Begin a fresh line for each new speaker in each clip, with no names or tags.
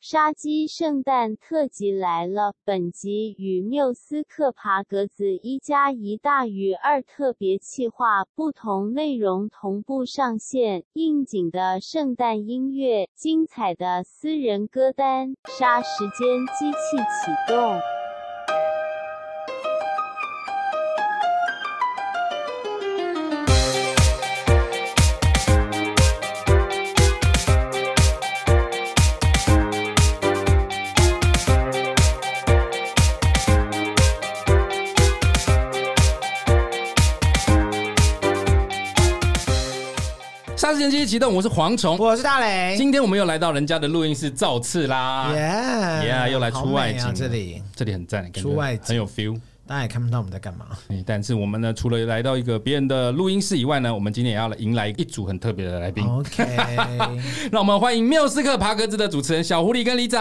杀鸡圣诞特辑来了！本集与缪斯克爬格子一加一大于二特别企划，不同内容同步上线，应景的圣诞音乐，精彩的私人歌单，杀时间机器启动。
霎时间机器启动，我是蝗虫。
我是大雷，
今天我们又来到人家的录音室造次啦，
耶
Yeah，又来出外景了
啊这里
这里很赞，感觉
出外景
很有 feel。
大家也看不到我们在干嘛。
哎但是我们呢，除了来到一个别人的录音室以外呢，我们今天也要来迎来一组很特别的来宾。
OK，
让我们欢迎缪斯克爬格子的主持人小狐狸跟里长。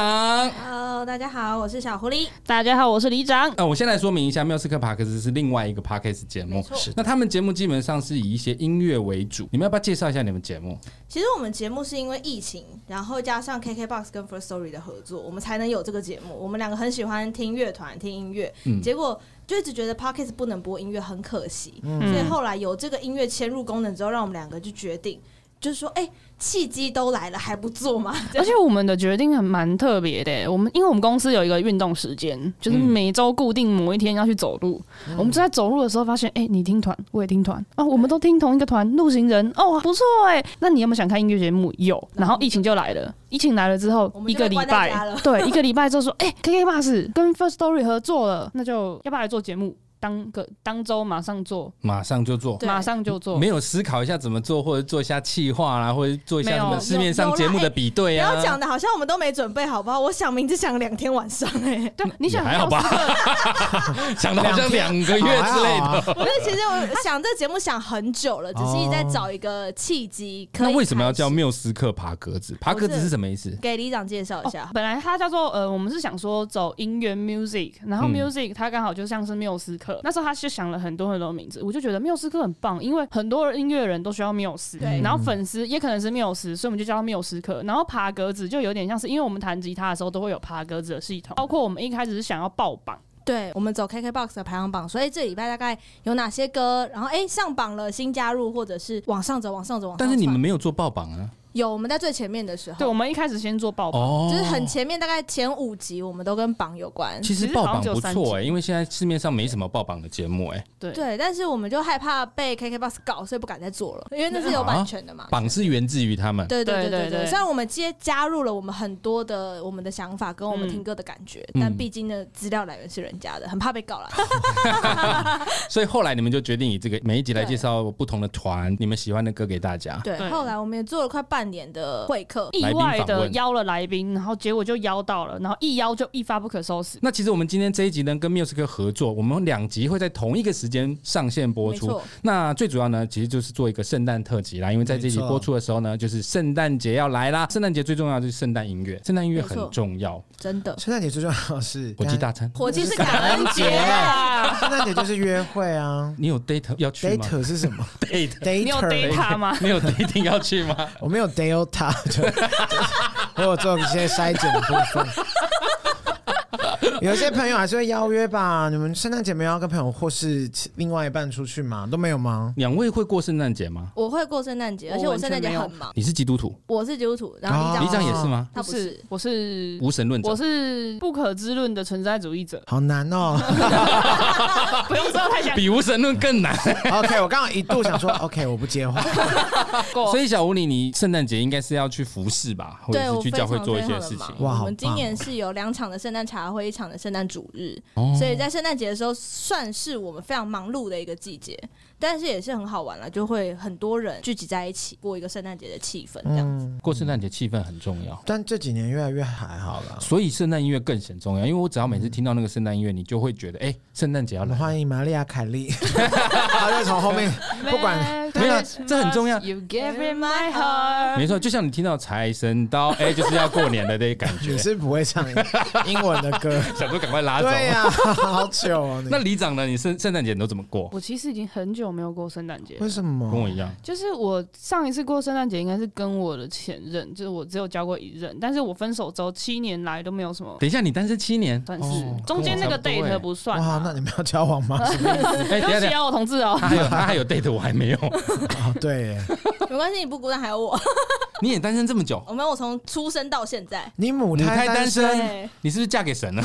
Hello，大家好，我是小狐狸。
大家好，我是李长。
呃，我先来说明一下，缪斯克爬格子是另外一个 podcast 节目。
是
那他们节目基本上是以一些音乐为主，你们要不要介绍一下你们节目？
其实我们节目是因为疫情，然后加上 KKBOX 跟 First Story 的合作，我们才能有这个节目。我们两个很喜欢听乐团、听音乐，
嗯
结果就一直觉得 Podcast 不能播音乐，很可惜。
嗯
所以后来有这个音乐嵌入功能之后，让我们两个就决定，就是说，哎、契机都来了，还不做吗？
而且我们的决定很蛮特别的，我们因为我们公司有一个运动时间，就是
嗯
每周固定某一天要去走路。我们就在走路的时候发现，哎、你听团，我也听团，哦，我们都听同一个团，路行人，哦，不错哎。那你有没有想看音乐节目？有。然后疫情就来了，疫情来了之后
嗯我，们
一
就被
个礼
关在
拜
家了，
对，一个礼拜之后说，哎、k k Bus 跟 First Story 合作了，那就要不要来做节目？当个当周马上做，
马上就做。
对
马上就做
没。有思考一下怎么做，或者做一下企划啦，或者做一下
没
什
有
么市面上
有有
节目
啦
的
哎
比对
不
啊。
要讲的好像我们都没准备，好不好？我想名字想了两天晚上、 哎，
对，啊你想
也还好吧
要四个
讲的好像两个 月之类
好
的
啊。
我其实我想这节目想很久了，只是一直在找一个契机。可以
那为什么要
开始
叫缪斯克爬格子？爬格子是什么意思？
给李长介绍一下
哦。本来它叫做呃，我们是想说走音乐 music，然后
嗯
music 它刚好就像是缪斯克，那时候他是想了很多很多名字，我就觉得缪斯克很棒，因为很多音乐人都需要缪斯，
对
然后
嗯
粉丝也可能是缪斯，所以我们就叫他缪斯克。然后爬格子就有点像是，因为我们弹吉他的时候都会有爬格子的系统，包括我们一开始是想要爆榜，
对，我们走 KKBOX 的排行榜，所以这礼拜大概有哪些歌？然后哎、上榜了，新加入或者是往上走，往上走，往上窜。
但是你们没有做爆榜啊！
有我们在最前面的时候，
对，我们一开始先做爆榜，
哦
就是很前面，大概前五集我们都跟榜有关。
其实爆榜不
其实好像只有
错哎、
三集
因为现在市面上没什么爆榜的节目 哎、
对。
对，但是我们就害怕被 KKBOX 搞，所以不敢再做了，因为那是有版权的嘛。
榜是源自于他 们。
对对
对
对对
对
对，
对
虽然我们接加入了我们很多的我们的想法跟我们听歌的感觉，
嗯
但毕竟呢，资料来源是人家的，很怕被告啦。
所以后来你们就决定以这个每一集来介绍不同的团，你们喜欢的歌给大家。
对，
对
后来我们也做了快半年的会客，
意
来宾
外
访
的
问
邀了来宾，然后结果就邀到了，然后一邀就一发不可收拾。
那其实我们今天这一集呢，跟 Music 合作，我们两集会在同一个时间上线播
没
出。
错，
那最主要呢，其实就是做一个圣诞特辑啦，因为在这集
没错
播出的时候呢，就是圣诞节要来啦。圣诞节最重要的就是圣诞音乐，圣诞音乐很
没错
重要。
真的。
圣诞节最重要的是
火鸡，大餐，。
火鸡是感恩节啊！
圣诞节就是约会啊
你有 date 要 去吗
Date 是什 么
？date
你有
？Date，
data 吗？
你有 dating 要去吗？
我没有 Delta，就 我有做一些筛检的部分。有些朋友还是会邀约吧？你们圣诞节没有要跟朋友或是另外一半出去吗？都没有吗？
两位会过圣诞节吗？
我会过圣诞节，而且我圣诞节很忙。
你是基督徒，
我是基督徒，然后
哦，
李
李
长
长
也是？吗？
他不是，
我是
无神论者
我，是不可知论的存在主 义者
好难哦。
不用知道太想
比无神论更难。
OK，我刚刚一度想说 OK，我不接话。
过。
所以小吴你，你圣诞节应该是要去服侍吧，或者
对
是
我
去
非
教
常
会做一
非
些
常的
事情
忙。。
哇
我们今
好棒
年是有两场的圣诞茶会，一场的圣诞主日，
哦
所以在圣诞节的时候算是我们非常忙碌的一个季节，但是也是很好玩了，就会很多人聚集在一起过一个圣诞节的气氛，这样子。
嗯，
过圣诞节气氛很重要。
但这几年越来越还好了。
所以圣诞音乐更显重要，因为我只要每次听到那个圣诞音乐，你就会觉得，哎、圣诞节要
我们
来了。
欢迎玛利亚·凯莉，她就从后面不管
没有啊这很重要
You give me my heart。
没错，就像你听到财神到，哎、就是要过年的那感觉
你，是不会唱英文的歌，
想说赶快拉走。啊
对呀、好糗哦、
那
你
里长呢？你圣圣诞节你都怎么过？
我其实已经很久没有过圣诞节了
为，什
跟我
么？
一样，
就是我上一次过圣诞节应该是跟我的前任，就是我只有交过一任，但是我分手之后七年来都没有什么
等一下你单身七年，
算是，
哦
中间那
跟我
个
差不多
date
欸
不算
哇
啊。，
那你们要交往 吗？
哎、等一下哎
对不
等一
起
下，
啊，我同志哦
他，还有他还有 date 我还没有，
哦，对耶，
没关系，你不孤单，还有我。
你也单身这么 久，
我们我从出生到现在，
你母
母胎
胎
单
单身，
身，你是不是嫁给神了？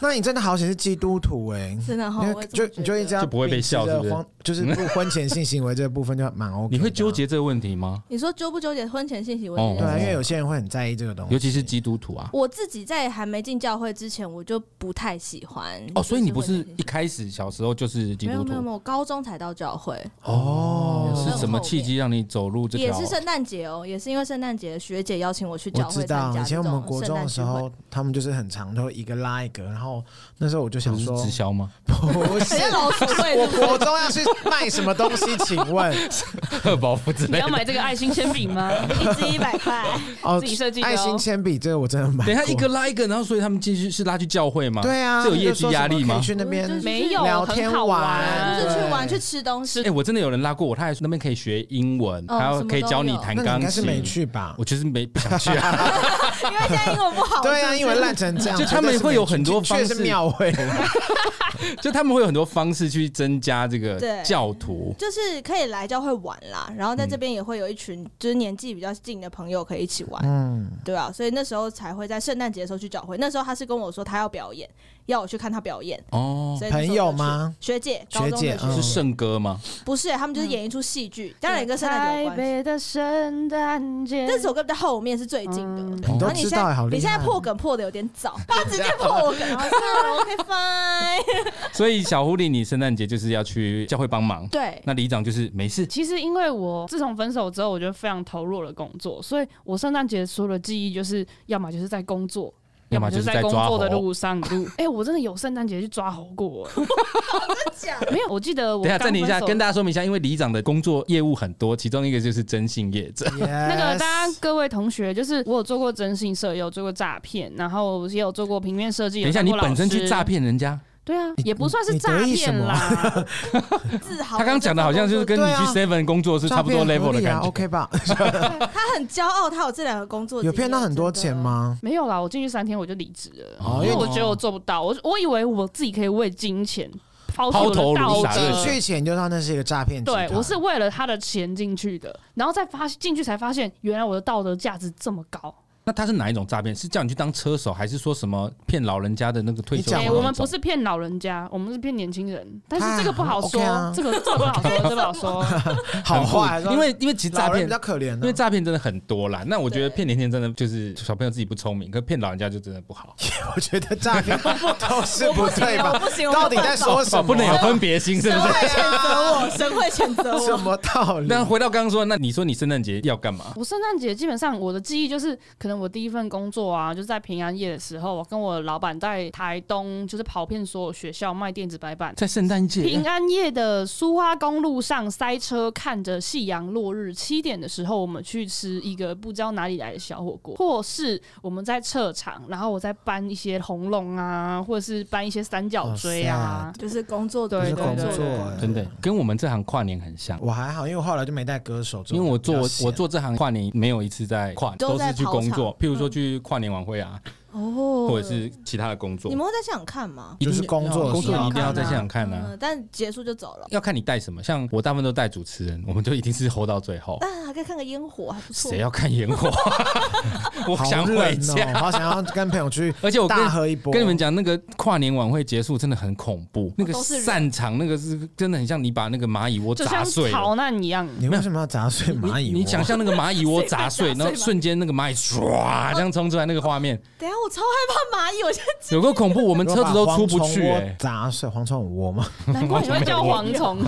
那你真的好险是基督徒哎、
真的哈
因，
哦我
为
也
就
这么觉
你就一
得
直要
就不会被笑
秉
是
持着
不是
婚就是不婚前性行为这部分就 蛮 OK。
你会纠？结这个问题吗？
你说纠不纠结婚前性行为
哦
这件
对啊，
事？
因为有些人会很在意这个东西，
尤其是基督徒啊。
我自己在还没进教会之前，我就不太喜欢。
哦，所以你不
就是婚前
一开始小时候就是基
没
督
有没有
徒？
没有，我高中才到教会，
哦，
是什么契机让你走入这
也
条
是？圣诞节哦，也是因为圣诞节学姐邀请我去
我
教
知
会
道
参，
以
加
前我
这
们
种
国
圣
中
诞
的
聚
时
会。
候，他们就是很长，都一个拉一个。然后那时候我就想
不是
说
直，销吗？
不是
谁，是老鼠会
我
是不是？
国中要去卖什么东西？请问
贺宝福之
你
类
要
的。
买这个爱心铅笔吗？
哎
一支一百块，
哦
自己设计，的哦
爱心铅笔这个我真的买过。
等一下一个拉一个，然后所以他们继续是拉去教会吗？
对啊，
这有业
就说
绩压
什么
力
可以
吗？
去那边
就是
没有，
聊
很
天
好
玩
就是去 玩
对
去吃东西
哎、。我真的有人拉过我，他还说那边可以学英文，
哦
还
什
要
么
可以
都
教你
有
弹
那你应
钢
该是没
琴。
去吧
我？就是没 不想去啊。
因为现在英文不好，
对啊，
是
英
不是
文烂成这样，
就他们
绝对是
会有
没去
很多
去的
方
是
式
庙会，
就他们会有很多方式去增加这个
对
教徒。
就是可以来教会玩啦，然后
嗯
在这边也会有一群就是年纪比较近的朋友可以一起玩，
嗯。
对啊，所以那时候才会在圣诞节的时候去教会。那时候他是跟我说他要表演，要我去看他表演，
哦，
所以那时候
朋友
我就
吗
去？学姐，
学
高中
姐
的学
是
嗯
姐，
圣歌吗？
不是、他们就是演一出戏剧，当然也跟圣诞节有关
台
系。
北的圣诞节，
这首歌在后面是最近的，
嗯
对
你都
然后你
知
现
道
在
欸好厉害
你现在破梗破的有点 早，他直接破梗，然后说 OK fine，
所以小狐狸，你圣诞节就是要去教会帮忙。
对，
那里长就是没事，
其实因为我自从分手之后，我就非常投入了工作，所以我圣诞节所有的记忆就是，要么就是在工作。
要
要
么
么
就
就是是
在
在工
抓
作的
猴
路上路，哎、我真的有圣诞节去抓猴过、欸，
假
没有？我记得
等
我
一下
刚
暂停一下，
分手
跟大家说明一下，因为里长的工作业务很多，其中一个就是征信业 者。
那个大
Yes
家各位同学，就是我有做过征信社，也有做过诈骗，然后也有做过平面设计。
等一下，
有当
你
过
本身
老师
去诈？骗人家，
对啊，也不算是
你
诈
你得意什
骗
么
啦。
啊
自豪。
他刚刚讲的好像就是跟你
对
去
啊
Seven 工作是差不多
诈骗
level
合
的
理啊
感觉。
，OK 吧？
他很骄傲，他有这两个工作经
有
验，
骗到很多钱
真的？
吗？
没有啦，我进去三天我就离职了，
哦
因为我觉得我做不到，我我以为我自己可以为金钱抛
抛
出我
头
的
颅
道
洒热
德
血。
去前就知道那是一个诈骗集
对
团，，
我是为了他的钱进去的，然后再发进去才发现，原来我的道德价值这么高。
那他是哪一种诈骗？是叫你去当车手，还是说什么骗老人家的那个退休
你讲
金
哎、
那
完
种？
我们不是骗老人家，我们是骗年轻人，但是
啊
这个不好说，
OK 啊
这个这个不 好说，这个不好说。
好坏，啊
很酷因为因为其实诈
老人
骗
比较可怜啊，
因为诈骗真的很多啦，那我觉得
对
骗年轻人真的就是小朋友自己不聪明，可骗老人家就真的不好，
我觉得诈 骗都是不对
我
吧？
不行，我
到
不
底
行
在说什么？
哦
啊
不能有分别心，是不
神会
是？
谴责我，神会谴责
什
我。
么道理？
那回到刚刚说，那你说你圣诞节要干嘛？
我圣诞节基本上我的记忆就是，可能我第一份工作啊，就是在平安夜的时候，我跟我老板在台东就是跑遍所有学校卖电子白板。
在圣诞节啊
平，安夜的苏花公路上塞车，看着夕阳落日。七点的时候，我们去吃一个不知道哪里来的小火锅，或是我们在撤场，然后我在搬一些红龙啊，或者是搬一些三角锥啊。
就是工作
对
就是
对
工
对
作
对
欸
真的跟我们这行跨年很像，
我还好，因为我后来就没带歌手，
因为我做
比较闲
我做这行跨年没有一次在跨，
都
都
在
是去
跑场
工作，譬如说去跨年晚会啊，
哦
或者是其他的工作
你，们会在现场看吗？
一定
就是
要
工作的
工
时
作
候
你一定要在现场看啊
嗯，。但结束就走了。
要看你带什么，像我大部分都带主持人，我 们就一定是 hold 到最后。
啊，可以看个烟火，还不错。
谁要看烟火？ 我
好
想
冷
回
哦，
家。
好想要跟朋友去
而 且我跟
大喝一波。
跟你们讲，那个跨年晚会结束真的很恐怖，那个
哦都是人
散场，那个是真的很像你把那个蚂蚁窝
就
砸
像
碎了
逃难一样，
你为什么要砸碎蚂蚁
你
窝？
你想象那个蚂蚁窝砸碎，
谁会砸碎
然后瞬间那个蚂蚁唰这样冲出来那个画面，
等一下，我超害怕蚂蚁，我现在
有个恐怖，我们车子都出不去、
如果把蝗虫
哎
窝，砸碎蝗虫窝吗？
难怪你会叫蝗虫。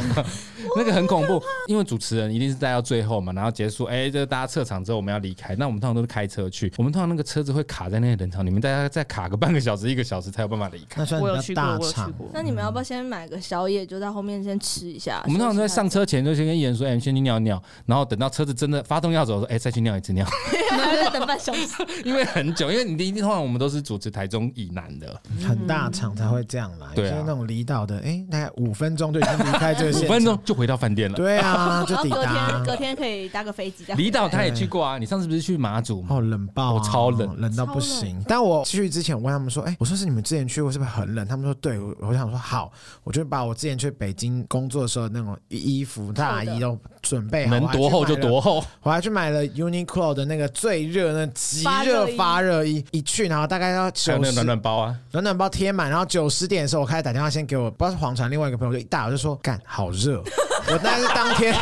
那个很恐怖。因为主持人一定是待到最后嘛，然后结束，哎，这大家撤场之后我们要离开，那我们通常都是开车去，我们通常那个车子会卡在那个人潮里面，大家再卡个半个小时、一个小时才有办法离开。
那算
我有
比
去
较
过，
大
我有去
厂。
过。
那你们要不要先买个宵夜，就在后面先吃一下？
我们通常都在上
车，
车前就先跟艺人说，哎，你先去尿尿，然后等到车子真的发动要走的时候，哎，再去尿一次尿，
还要再 等半小时。
因为很久，因为你一定通常我们都是主持台中以南的，
很大场才会这样啦，有
对啊
些那种离岛的，哎、大概五分钟就已经离开这个现
五
场
分钟，就回到饭店了。
对啊，就
然后
抵
隔天
达
哦隔，天可以搭个飞机，这样
离岛他也去过啊，你上次不是去马祖吗？
哦，冷爆、啊，
我超冷
冷到不行。但我去之前，我问他们说，哎、我说是你们之前去过，是不是很冷？他们说对，我我想说好，我就把我之前去北京工作的时候那种衣服、大衣都准备好，
能多厚就多
厚。
厚，
我还去买了 Uniqlo 的那个最热那极热发热衣，一去然后大概要
还有
九
那个
十
暖暖包啊。
暖暖包贴满，然后九十点的时候，我开始打电话先给我不知道是黄传另外一个朋友，就一大我就说干好热， 我那是当天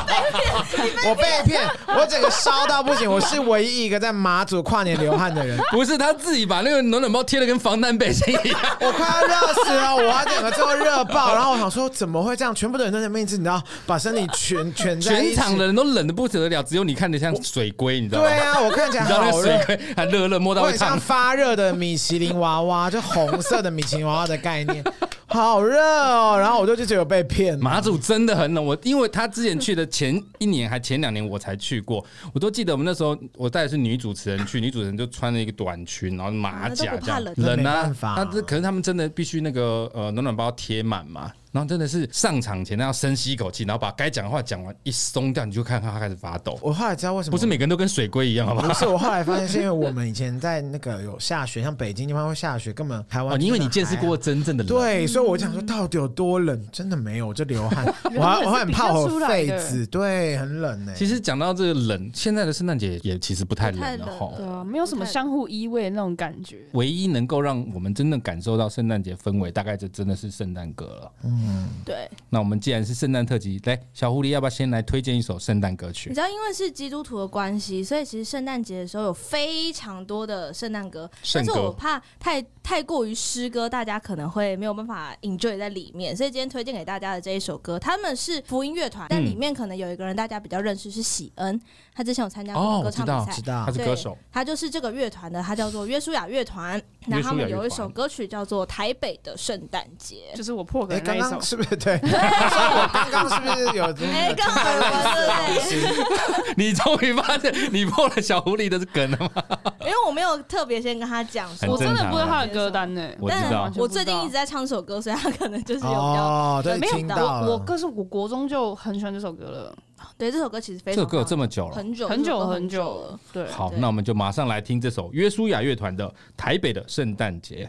我被骗，我整个烧到不行，我是唯一一个在马祖跨年流汗 的人，
不是他自己把那个暖暖包贴的跟防弹背心一样，
我快要热死了，我整个最后热爆，然后我想说怎么会这样，全部的人都在面子，你知道，把身体全 全在一
全
起
场的人都冷的不得了，只有你看着像水龟，你知道吗？
对啊，我看起来
你知道那
好
个
热
水。龟还热热摸到
我
会
很像
烫，
发热的米其林娃娃，就红色的米其林娃娃的 概念，好热哦。然后我就就觉得有被骗了，
马祖真的很冷，我因为他之前去的前一年还前两年我才去过，我都记得我们那时候我带的是女主持人去，女主持人就穿了一个短裙，然后马甲这样
那都不
怕冷
冷
那没办
啊，
法
他这可是他们真的必须那个呃暖暖包贴满嘛，然后真的是上场前他要深吸一口气，然后把该讲的话讲完，一松掉你就看他开始发抖，
我后来知道为什么
不是每个人都跟水龟一样好不好
不？是我后来发现是因为我们以前在那个有下雪，像北京地方会下雪，根本台湾
哦，因为你见
真的还
识
好
过。真正的冷，
对，所以我就想说到底有多冷，真的没有，我就流汗，我还我还很怕我 痱子，对，很冷呢、
其实讲到这个冷，现在的圣诞节也其实不太冷了
不太
对
哈。
啊，没有什么相互依偎的那种感觉。
唯一能够让我们真正感受到圣诞节氛围，大概这真的是圣诞歌了。
对，
那我们既然是圣诞特辑，来，小狐狸要不要先来推荐一首圣诞歌
你
曲？
知道，因为是基督徒的关系，所以其实圣诞节的时候有非常多的圣诞歌，
圣
但是
歌
我怕太太过于诗歌，大家可能会没有办法 enjoy 在里面，所以今天推荐给大家的这一首歌，他们是福音乐团，但里面可能有一个人大家比较认识是喜恩，他之前有参加
哦
过歌
我知
唱
道
比
知
赛。
道
他是歌手，
他就是这个乐团的，他叫做约书亚乐团，然后他们有一首歌曲叫做《台北的圣诞节
就是我破
哎，
梗那
刚
一首
刚，是不是对？ 所以我刚刚是不是有？》。
哎，刚好有关对不 对？
你终于发现你破了小狐狸的梗了吗？
因为我没有特别先跟他讲说，
我真的不知道他
很正常啊
的歌单呢。
我知道
但我最近一直在唱这首歌，所以他可能就是有比较、
哦， 对，
没有
听到
我
了。
我歌是我国中就很喜欢这首歌了，
对这首歌其实非
这
常
首歌有这么久了。
很久
很久
这首歌
很
很
久了
了。。
对，
好，
对
那我们就马上来听这首约书亚乐团的《台北的圣诞节》。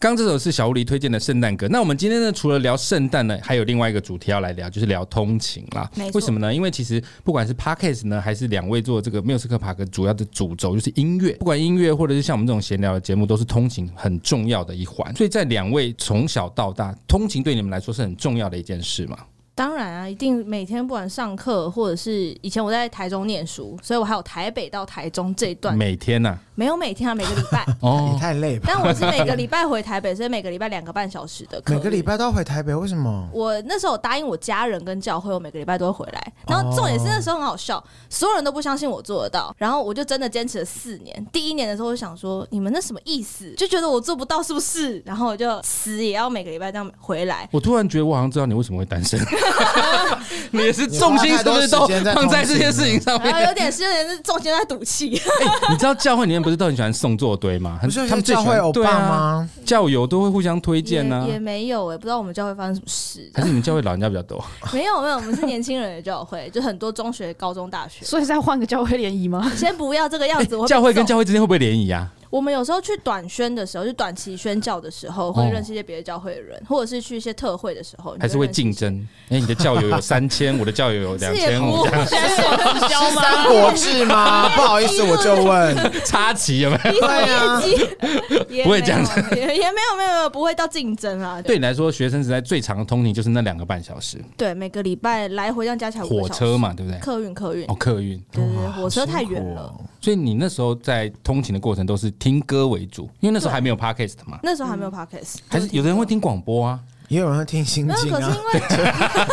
刚这首是小狐狸推荐的圣诞歌。那我们今天呢，除了聊圣诞呢，还有另外一个主题要来聊，就是聊通勤啦
没。错
为什么呢？因为其实不管是 Podcast 呢，还是两位做这个缪斯克帕克，主要的主轴就是音乐。不管音乐或者是像我们这种闲聊的节目，都是通勤很重要的一环。所以在两位从小到大，通勤对你们来说是很重要的一件事嘛？
当然啊，一定每天不管上课或者是以前我在台中念书，所以我还有台北到台中这一段，
每天呐、
没有每天啊，每个礼拜。
也
哦，
太累吧？
但我是每个礼拜回台北，所以每个礼拜两个半小时的课。
每个礼。拜都要回台北，为什么？
我那时候答应我家人跟教会，我每个礼拜都会回来。然后重点是那时候很好
哦
笑，所有人都不相信我做得到。然后我就真的坚持了四年。第一年的时候，我想说你们那什么意思？就觉得我做不到是不是？然后我就死也要每个礼拜这样回来。
我突然觉得我好像知道你为什么会单 身，你也是重心是不是
你花太多
都
时间在
放在这件事情上
然
面？
后 有点是有点是中间在赌气，
你知道教会里面不是都很喜欢送作堆吗？很
不是
他们最
教
喜
会
欢
欧
对
巴
啊，
吗？
教友都会互相推荐呢、
也也没有哎、不知道我们教会发生什么事。
还是你们教会老人家比较多？
没有没有，我们是年轻人的教会，就很多中学、高中、大学。
所以再换个教会联谊吗？
先不 要这个样子，我被
教会跟
揍
教会之间会不会联谊 啊？
我们有时候去短宣的时候，就短期宣教的时候，会认识一些别的教会的人，或者是去一些特会的时候，你
还是会
认识一
竞
些。
争？哎、你的教友有三千，我的教友 有两
是也
千五
不，
这样
现在有直销
是三国志 吗？不好意思，我就问，啊
插旗有没有？
你什么业绩？也
不会
没
这样
有
子
也也没有没有没有，不会到竞争啊。
对你来说，学生时代最长的通勤就是那两个半小 时，
对，每个礼拜来回这样加起来五个
火
小时
车，嘛，对不对？哦
客运客运
哦，，客运。
对对对，火车太远了。
所以你那时候在通勤的过程都是听歌为主，因为那时候还没有 podcast 嘛，
那时候还没有 podcast，
嗯还是有的人会听广播啊，
也有人会听心
没有，
经
可是
啊，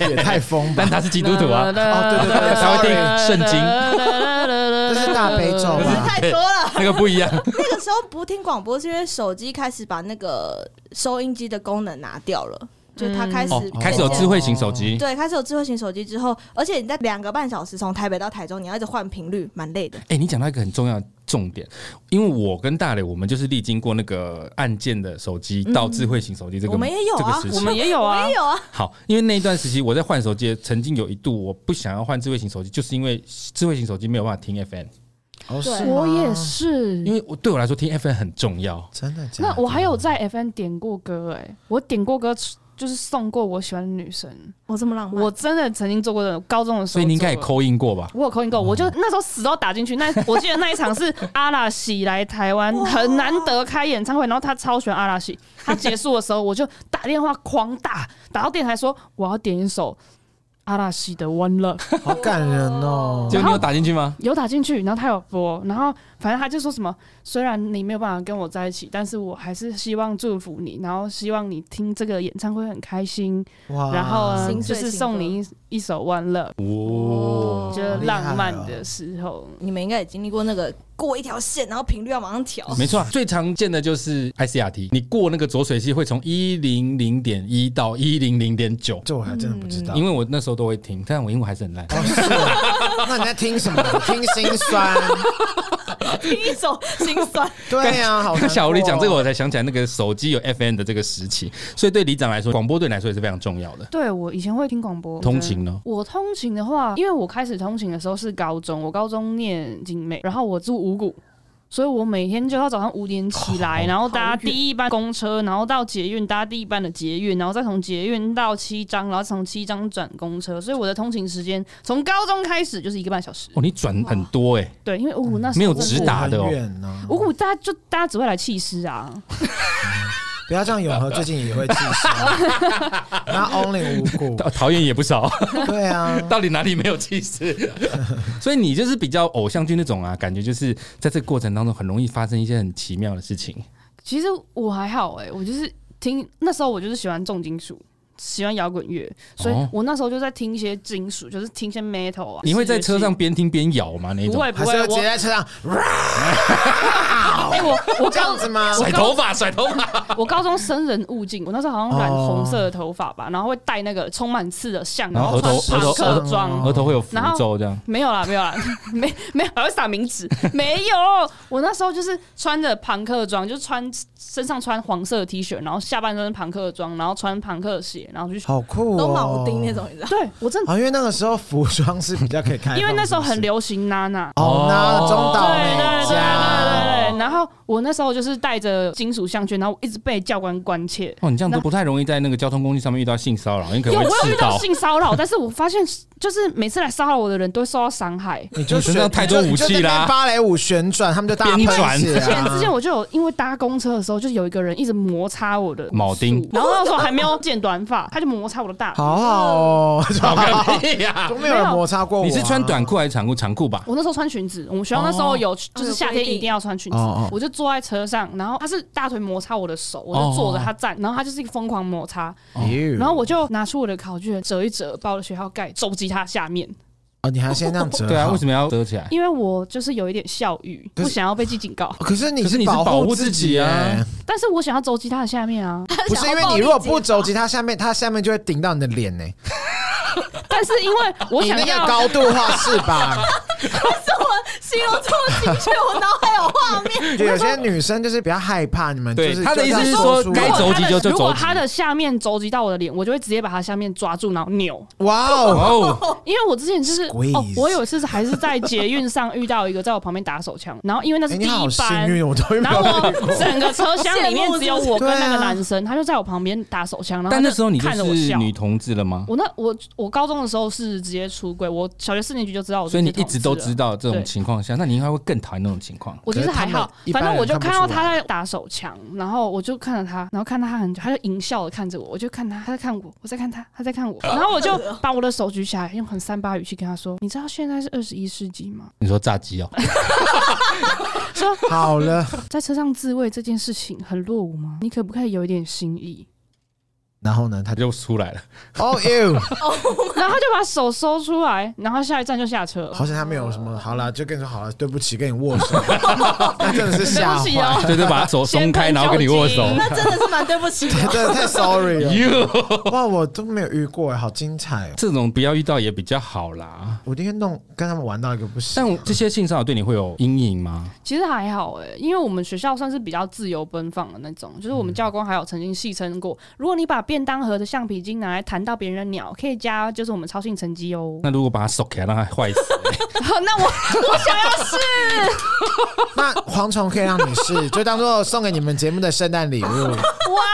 因为
也太疯吧
但。他是基督徒啊，
哦，对对对，
他会听
sorry
圣经，
这是大悲咒吧？
太多了，
那个不一样。
那个时候不听广播是因为手机开始把那个收音机的功能拿掉了，就它开始
哦，开始有
渐渐
智慧型手机，
对，开始有智慧型手机之后，而且你在两个半小时从台北到台中，你要一直换频率，蛮累的。
哎、你讲到一个很重要的重点，因为我跟大磊，我们就是历经过那个按键的手机到智慧型手机这个，
我们也有啊
这个时
我
期。
们也有啊
我也，有啊，
好，因为那一段时期我在换手机，曾经有一度我不想要换智慧型手机，就是因为智慧型手机没有办法听 FM，
哦，
对
是吗
我也，是
因。为我对我来说听 FM 很重要。
真的假
那
的？
我还有在 FN 点过歌哎、我点过歌就是送过我喜欢的女生，
我这么浪
我真的曾经做过这种，高中的时候，
所以你应该也。扣哦印过吧？
我有扣音过，我就那时候死都要打进去。那 我记得那一场是阿拉西来台湾，很难得开演唱会，然后他超喜欢阿拉西。他结束的时候，我就打电话狂打，打到电台说我要点一首阿拉西的《One Love》。
好感人哦
结！果你有打进去吗？
有打进去，然后他有播，然后反正他就说什么，虽然你没有办法跟我在一起，但是我还是希望祝福你，然后希望你听这个演唱会很开心，
哇，
然后呃呢
心
就
碎
是
情
送
歌
你一一首《One Love》，
哦，
就是
厉害
浪漫
哦
的时候。
你们应该也经历过那个过一条线，然后频率要马上调。
没错啊，最常见的就是 ICRT，你过那个浊水溪会从一零零点一到一零零点九，
这我还真的不知道。
因为我那时候都会听，但我英文还是很烂。
哦，是哦那你在听什么？听心酸。
听 一首心酸，
对呀、好难过
跟
哦。
小狐狸讲这个，我才想起来那个手机有 FM 的这个时期，所以对里长来说，广播对你来说也是非常重要的。
对我以前会听广播
通勤呢？
我通勤的话，因为我开始通勤的时候是高中，我高中念景美，然后我住五股。所以我每天就要早上五点起
哦
来，然后搭第一班公车，然后到捷运搭第一班的捷运，然后再从捷运到七张，然后从七张转公车。所以我的通勤时间从高中开始就是一个半小时。
哦，你转很多哎、
对，因为五股那时候
没有
真的
直达的哦
很远呢、
五股大家就大家只会来弃尸啊，
不要这样，永和最近也会气死。 那 Only 五股，
桃桃园也不少，
对啊，
到底哪里没有气势？所以你就是比较偶像剧那种啊，感觉就是在这个过程当中很容易发生一些很奇妙的事情。
其实我还好哎、我就是听那时候我就是喜欢重金属，喜欢摇滚乐，所以
哦
我那时候就在听一些金属，就是听一些 metal 啊。
你会在车上
视觉
边听边咬吗？那
系？不
种
会不
还是
会，
要直
我
接啊在车上
哎、我我
这样
高
子吗？
甩头发，甩头发，
我高中生人勿近，我那时候好像染红色的头发吧，然后会戴那个充满刺的项，
哦然后
后穿
额头
朋
额
克
头
装，
额头会有符
哦然后
咒这样。
没有啦，没有啦， 没没有，还会撒名 纸，没有。我那时候就是穿着朋克装，就是穿身上穿黄色的 T 恤，然后下半身是朋克装，然后穿朋克鞋，然后去。
好酷、哦，
都铆钉那。种， 你知道？
对我真的，
啊，因为那个时候服装是比较可以看，
因为那时候很流行娜娜。
哦，那
哦
中岛
对对
美
对对
嘉，
对对，然后我那时候就是戴着金属项圈，然后我一直被教官关切。
哦，你这样都不太容易在那个交通工具上面遇到性骚扰，你可
有
能
我
会
有遇
刺
到
到。
性骚扰，但是我发现就是每次来骚扰我的人都会受到伤害。
你就
你身上
选
太多
你就
武器啦
你就在那边芭蕾舞旋转，他们就大 喷
边转
血
之前之前
啊。
我就有因为搭公车的时候，就有一个人一直摩擦我的
铆钉
束然后那时候还没有剪短发，他就摩擦我的大。
好好哦，
好个屁 呀！
都没有人摩擦过我啊。
你是穿短裤还是长裤？长裤吧。
我那时候穿裙子，我们学校那时候哦有就是夏天一定要穿裙子
哦哦哦，
我就坐在车上，然后他是大腿摩擦我的手，我就坐着他站，然后他就是一个疯狂摩擦，
Ew，
啊
然后我就拿出我的考卷折一折，把我的学校盖收集他下面，
哦，你还先那样折好，
对啊，为什么要遮起来？
因为我就是有一点校语，
可是
不想要被记警告，
可是你
可是你是保
保
护自
自
己啊
耶
但是我想要收集他的下面啊，
不是因为你如果不肘击它下面，它下面就会顶到你的脸呢、
但是因为我
你
想
那个
要。
高度话是 吧？
形容这么精确，我脑海有画 面。
就有些女生就是比较害怕你们，就
对
是
她的
就
意思
这样
是说
出来
该走
如果
肘
他
击
的
就就
如果
肘击
他的下面肘击到我的脸，我就会直接把他下面抓住，然后扭。
哇哦，
哦，
因为我之前就是
Squeeze
哦，我有一次是还是在捷运上遇到一个在我旁边打手枪，然后因为那
哎、
是第
你好
一
幸
班，
运，我都没
然后
有遇
我
过。
整个车厢里面只有我跟那
对啊
个男生，他就在我旁边打手枪，然后
但
他
那
就
时候你就
看着我
是
笑。
女同志了吗？
我那我我高中的时候是直接出柜，我小学四年级就知道我，
所以你一直都知
道。
道这种
对
情况下，那你应该会更讨厌那种情况。
我觉得还好
可是他们一，般
反正我就
人看
看
不
到
出
他在打手枪，然后我就看着他，然后看他很久，他就淫笑的看着我，我就看他，他在看我，我在看他，他在看我，然后我就把我的手举起来，用很三八语气跟他说：“你知道现在是二十一世纪吗？
你说炸鸡哦，
说
好了，
在车上自慰这件事情很落伍吗？你可不可以有一点新 意
然后呢，
他
他就
就出来了。
哦 you，？”
然后他就把手收出来，然后下一站就下车了。
好像他没有什么，好了，就跟你说好了，对不起，跟你握 手，那真的是吓
对不起哦
坏，
对对，把他手松开，然后跟你握手。
先喷
那真的是蛮对 不起的。
真的太 sorry 了，
哟，
哇，我都没有遇过哎，好精彩哦！
这种不要遇到也比较好啦。
我今天弄跟他们玩到一个不行
但，我这些性骚扰对你会有阴影吗？
其实还好哎、因为我们学校算是比较自由奔放的那种，就是我
嗯
们教官还有曾经戏称过，如果你把便当盒的橡皮筋拿来弹到别人的鸟，可以加就是我们超性成绩 哦。
那如果把他手起来，让他坏死，
那我我想要试，
那蝗虫可以让你试，就当做送给你们节目的圣诞礼物。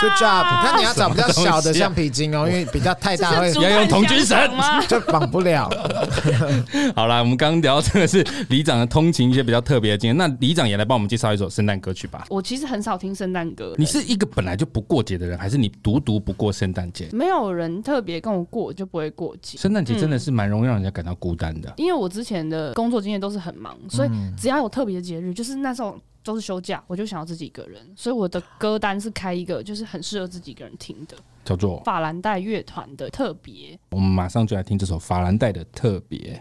Good job！那你要找比较小的橡皮筋哦，因为比较太大会
啊这
要
是
用同军绳。
吗？
就绑不了。
好啦，我们刚刚聊这个是里长的通勤一些比较特别的经验。那里长也来帮我们介绍一首圣诞歌曲吧。
我其实很少听圣诞歌，欸
你是一个本来就不过节的人，还是你独独不过圣诞节？
没有人特别跟我过，我就不会过节。
圣诞节真的是蛮容易让人家感到孤单的。
因为我之前的工作经验都是很忙，所以
嗯
只要有特别的节日，就是那时候都是休假，我就想要自己一个人，所以我的歌单是开一个就是很适合自己一个人听的
叫做
法兰黛乐团的特别。
我们马上就来听这首法兰黛的特别。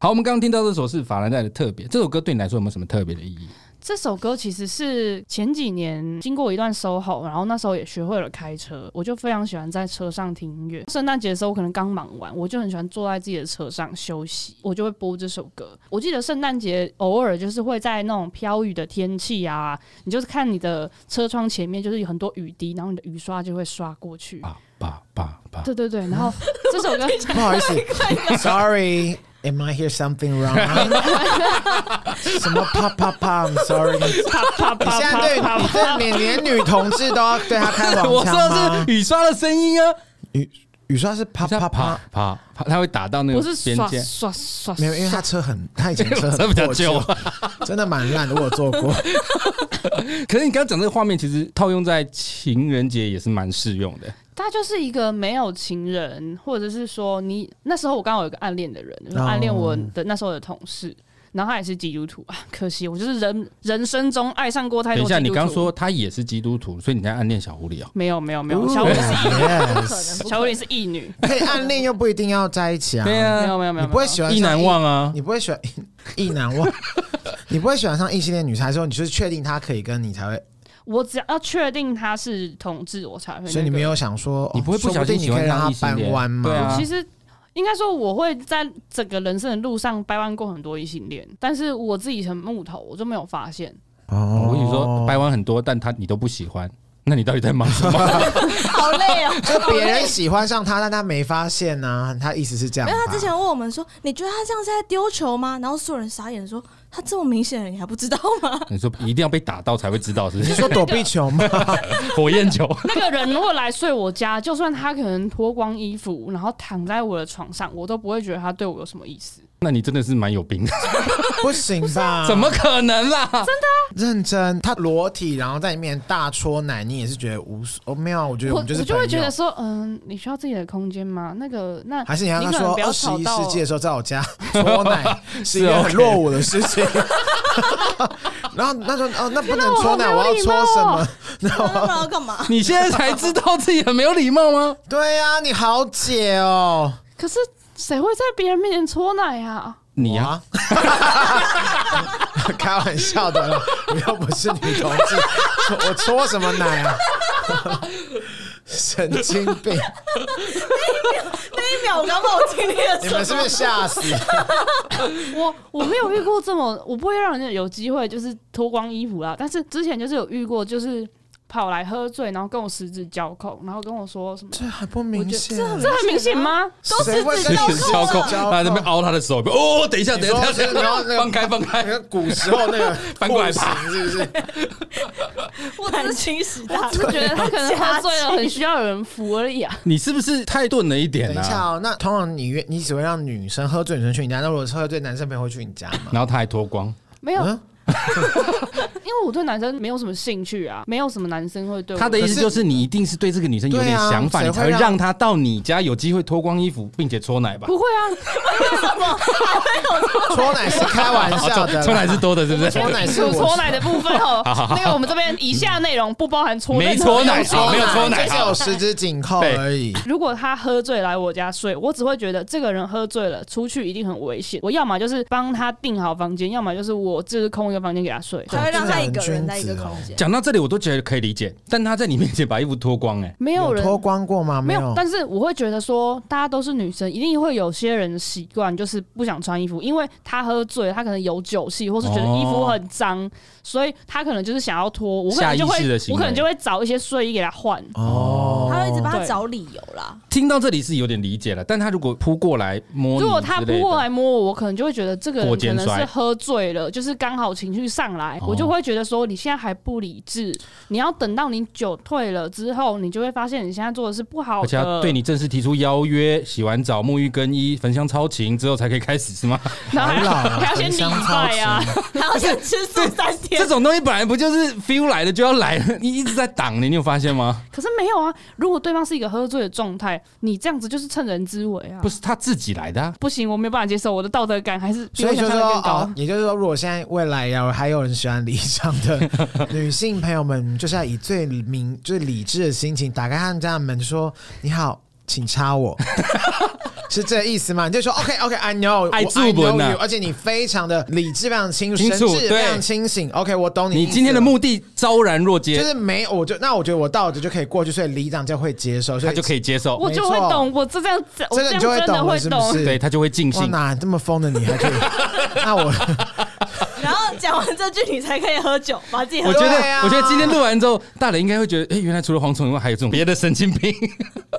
好，我们刚刚听到这首是法兰黛的特别，这首歌对你来说有没有什么特别的意义？
这首歌其实是前几年经过一段 SOHO，然后那时候也学会了开车，我就非常喜欢在车上听音乐。圣诞节的时候，我可能刚忙完，我就很喜欢坐在自己的车上休息，我就会播这首歌。我记得圣诞节偶尔就是会在那种飘雨的天气啊，你就是看你的车窗前面就是有很多雨滴，然后你的雨刷就会刷过去。
爸爸爸爸，
对对对，然后这首歌
不好意 思，Sorry。Am I hear something wrong？什么啪啪啪？I'm sorry。你
啪啪啪
现在
啪
对
啪
你对连连女同志都要对她开
我说
黄腔
的
吗
是？雨刷的声音啊，
雨雨刷是啪
啪啪
啪啪，
啪啪，它会打到那
不
个
是
边
刷
界。
刷刷，
没有，因为她车很，她以前车
车
很
比较
破
旧
旧，真的蛮烂的。我有坐过，
可是你刚刚讲这个画面，其实套用在情人节也是蛮适用的。
他就是一个没有情人，或者是说你那时候我刚好有一个暗恋的人，就是暗恋我的那时候的同事，然后他也是基督徒啊，可惜我就是人人生中爱上过太
等
多
一
基督徒。
下，你刚刚说他也是基督徒，所以你在暗恋小狐狸哦。
没有没有没有，小五是异女，
不可
Yes
能，不 可能
小五也是异女，
可以暗恋又不一定要在一起啊。
对
没
啊，
有没有没有，
你不会喜欢
意
上
难忘啊。
你不会喜欢 意难忘， 你不会喜欢上异性恋女孩之后，你就是确定她可以跟你才会，
我只要确定他是同志，我才呃会那个。
所以你没有想说，
你不会
哦
不小
说
心
定
喜
你可
欢
以让
上
她
异性
扳
恋
弯吗？
对啊
其实应该说，我会在整个人生的路上掰弯过很多异性恋，但是我自己很木头，我就没有发现。
哦
我跟你说，掰弯很多，但他你都不喜欢，那你到底在忙什么？
好累哦。
就别人喜欢上她，但她没发现呐、她意思是这样
没
吧。
有，他之前问我们说，你觉得他这样是在丢球吗？然后所有人傻眼说，他这么明显了，你还不知道吗？
你说一定要被打到才会知道，是不
你
是？
是说躲避球 吗？
火焰球，
那个人如果来睡我家，就算他可能脱光衣服，然后躺在我的床上，我都不会觉得他对我有什么意思。
那你真的是蛮有病的，
不行
啊
吧？
怎么可能啦？
认真？她裸体，然后在里面大戳奶，你也是觉得无所？哦，没有啊，我觉得
我
我们就是
就
朋
会
友
觉得说，嗯，你需要自己的空间吗？那个那
还是你让他
可能
说
不
二
要
十
吵
一
到
世纪的时候在我 家搓奶是一件很落伍的事情。 然后他说：“哦，那不能搓奶，
天哪
我
我好
要
没有哦
搓什么
那不然要干嘛？
你现在才知道自己很没有礼貌吗？？”
对呀、你好解哦。
可是谁会在别人面前搓奶啊？
你啊，
啊， 开玩笑的啦，我又不是女同 志，搓我搓什么奶啊？神经 病！
那一秒我刚刚我经历了
你
什
们是不
么？
是吓死？
我我没有遇过这么，我不会让人家有机会就是脱光衣服啦。但是之前就是有遇过，就是跑来喝醉，然后跟我十指交扣，然后跟我说什么，
这还不明显，
这很明显吗？
都是
自己
交扣，他啊在那边
你
凹他的手，哦，等一下，等一
说
下，
是
等一
然
下
后那，个
放开，放
那
开，
个古时候那个
翻过来
酷刑是不是？
我只是清洗他。
就觉得他可能喝醉了，很需要有人扶而已啊。
你是不是太钝了一点
等一下
啊？
哦，那通常你约你只会让女生喝醉，女生去你哎家。那如果是喝醉，男生朋友会去你家吗？
然后他还脱光，
没有，
嗯
因为我对男生没有什么兴趣啊，没有什么男生会对我
他的意思
可是
就是你一定是对这个女生有点
对啊
想法，
谁
你
会
才会
让
让她到你家有机会脱光衣服，并且搓奶吧？
不会啊，
搓奶是 开玩笑的啦，
啊搓奶是多的，是不
搓
是？
奶是
除
我
搓奶的部分哦，那个我们这边以下内容不包含搓
没
任何
搓
用
奶
处
哦没有搓奶
就是有十指紧扣而已。
如果他喝醉来我家睡，我只会觉得这个人喝醉了出去一定很危险。我要么就是帮他订好房间，要么就是我就是空一个房间给他睡。
他会让他一个人在一个空间，
讲到这里，我都觉得可以理解，但他在你面前把衣服脱光、哎，
没有人
脱光过
啊
吗？
没有
有，，
但是我会觉得说，大家都是女生，一定会有些人习惯就是不想穿衣服，因为他喝醉，他可能有酒气，或是觉得衣服很脏，所以他可能就是想要脱。我可能就
哦下意识
会
的行，为
我可能就会找一些睡衣给他换。
哦，
他会一直帮他
对
找理由啦。
听到这里是有点理解了，但他如果扑过来摸你，
如果他扑过，来摸我，我可能就会觉得这个
过
人可
肩
能
摔
是喝醉了，就是刚好情绪上来，
哦
我就会觉得说你现在还不理智，你要等到你酒退了之后，你就会发现你现在做的是不好
而且他
的。
对你正式提出邀约，洗完澡、沐浴更衣、焚香超情之后才可以开始， 是吗？
然后
好
还
老
要
啊
还要先礼拜啊，
还要先吃素三天
这，种东西本来不就是 feel 来的就要来了，你一直在挡你，你有发现吗？
可是没有啊。如果对方是一个喝醉的状态，你这样子就是趁人之危啊。
不是他自己来的、啊，
不行，我没有办法接受，我的道德感还是比
所
我
以就
想
是
象的
说，
更高
哦。，也就是说，如果现在未来有还有人喜欢李想的女性朋友们，就是要以最明、最理智的心情打开他们家的门，说：“你好，请插我。”是这意思吗？你就说 OK OK I know
爱
我
自
I
文
know
啊
you，而且你非常的理智，非常清楚，
清
神
楚
智非
对
常清醒。OK，我懂你意
你
思
今天的
了
目的昭然若揭，
就是没有，我就那我觉得我到了就可以过去，所以里长就会接受，所
他
以
就可以接受，
我就会
没错
懂，我这这样子，我
这
这
个
样
你就会
真的
懂了
会
是不
懂。
是
对他就会尽
哇，
兴。
哪这么疯的你还可以？那我
然后讲完这句你才可以喝酒，把自己喝
我觉得，
对啊
我觉得今天录完之后，大人应该会觉得，哎、原来除了蝗虫以外，还有这种别的神经病，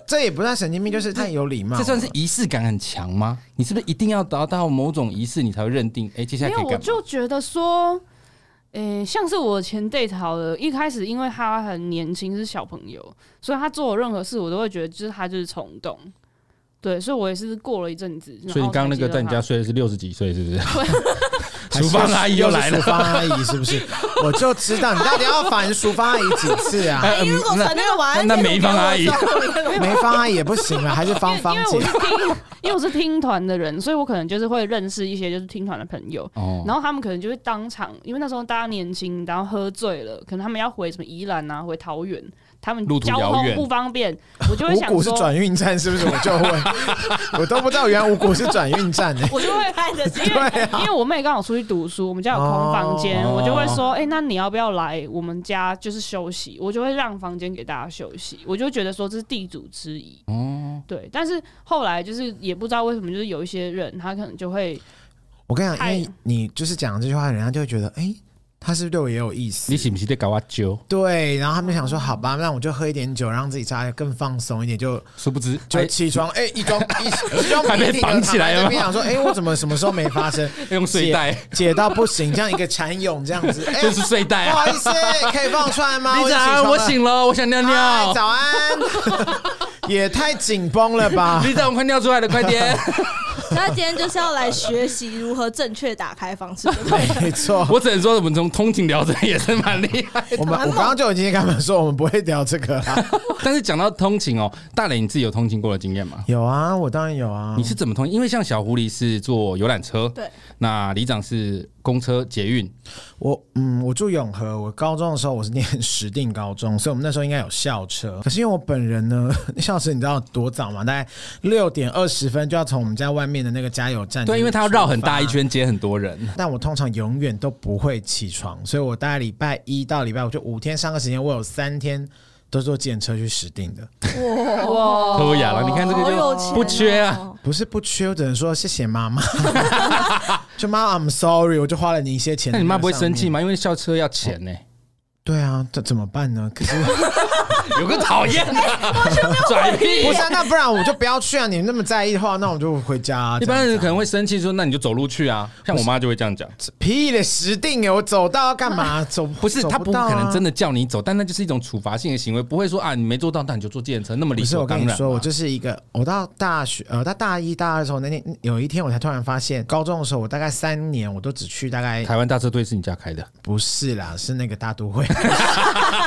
这也不算神经病，就是太有礼貌了。
这算是仪式感很强吗？你是不是一定要达到某种仪式，你才会认定，哎、接下
没
来
有，
可以
我
干嘛？
就觉得说，诶、像是我前 date 好了，一开始因为他很年轻，是小朋友，所以他做的任何事我都会觉得，就是他就是冲动。对，所以我也是过了一阵子。
所以你刚刚那个在你家
然后才接受
睡的是六十几岁，是不是？
还
厨
是
房阿姨又来了
是厨房阿姨是不是？我就知道你到底要烦厨房阿姨几 次啊？
你如果传那个晚安
那那
贴图
梅
给我
芳阿姨
的时候，我可能会
梅芳阿姨也不行啊，还是芳芳
因
姐
为我是听， 因为我是听团的人，所以我可能就是会认识一些就是听团的朋友，
哦，
然后他们可能就会当场，因为那时候大家年轻，然后喝醉了，可能他们要回什么宜兰啊，回桃园，他们
路途
交
遥
通
远
不方便，我就会
五
想
谷是
说，
转运站是不是？我就问，我都不知道原来五谷是转运站 呢、
我就会
看着
因为因为我妹刚好出去读书，我们家有空房间，
哦
我就会说，哎、那你要不要来我们家就是休息？我就会让房间给大家休息，我就觉得说这是地主之谊。
哦，
对，但是后来就是也不知道为什么，就是有一些人他可能就 会
我跟你讲，
嗨
因为你就是讲这句话，人家就会觉得，哎、他是不是对我也有意思
你？是不是在搞我揪？
对，然后他们就想说，好吧，那我就喝一点酒，让自己稍微更放松一点，就
殊不知，
就
哎
起床，哎、一装 一一装
还被绑起来了吗
我想说，哎、我怎么什么时候没发生？
用睡袋，
解到不行，这样一个蚕蛹 这样子，哎、
就是睡袋
不
啊
好。意思，哎可以放出来 吗？
李
起
长，
床了
我醒了，我想尿
嗨
尿。
早安， 也太紧绷了吧？
李长，我快尿出来了，快点！
那今天就是要来学习如何正确打开方式。
没错，
我只能说，我们从通勤聊这也是蛮厉害的。
我们我刚刚就已经跟他们说，我们不会聊这个啦。
但是讲到通勤哦，大磊你自己有通勤过的经验吗？
有啊，我当然有啊。
你是怎么通勤？因为像小狐狸是坐游览车，
对，
那里长是公车、捷运，
我嗯，我住永和，我高中的时候我是念 石定高中，所以我们那时候应该有校车。可是因为我本人呢， 校车你知道多早吗？大概六点二十分就要从我们家外面的那个加油站。
对，因为它要绕很大一。圈，接很多人。
但我通常永远都不会起床，所以我大概礼拜一到礼拜五就五天上课时间，我有三天都坐电车去石定的，
哇
偷雅了，你看这个
好有
就
钱，
不缺啊。。
不是不缺，我只能说谢谢妈 妈。就妈，I'm sorry，我就花了你一些钱。啊
那你妈不会生气？吗？因为校车要钱呢、
对啊，这怎么办呢？可是
有个讨厌的，拽屁
不是、啊，那不然我就不要去啊！你那么在意的话，那我就回家、啊。
一般人可
能
能会生气说：“那你就走路去 啊！”像我妈就会这样讲，
屁的时定欸耶，我走到要干嘛？走
不是
走
她
不
不
到啊
可能真的叫你走，但那就是一种处罚性的行为，不会说啊你没做到，那你就坐计程车，那么理
不是
所
我
当
跟
然啊
你
嘛。
说，我就是一个，我到大学，呃，到大一、大二的时候，那天有一天，我才突然发现，高中的时候，我大概三年，我都只去大概
台湾大车队是你家开的，
不是啦，是那个大都会。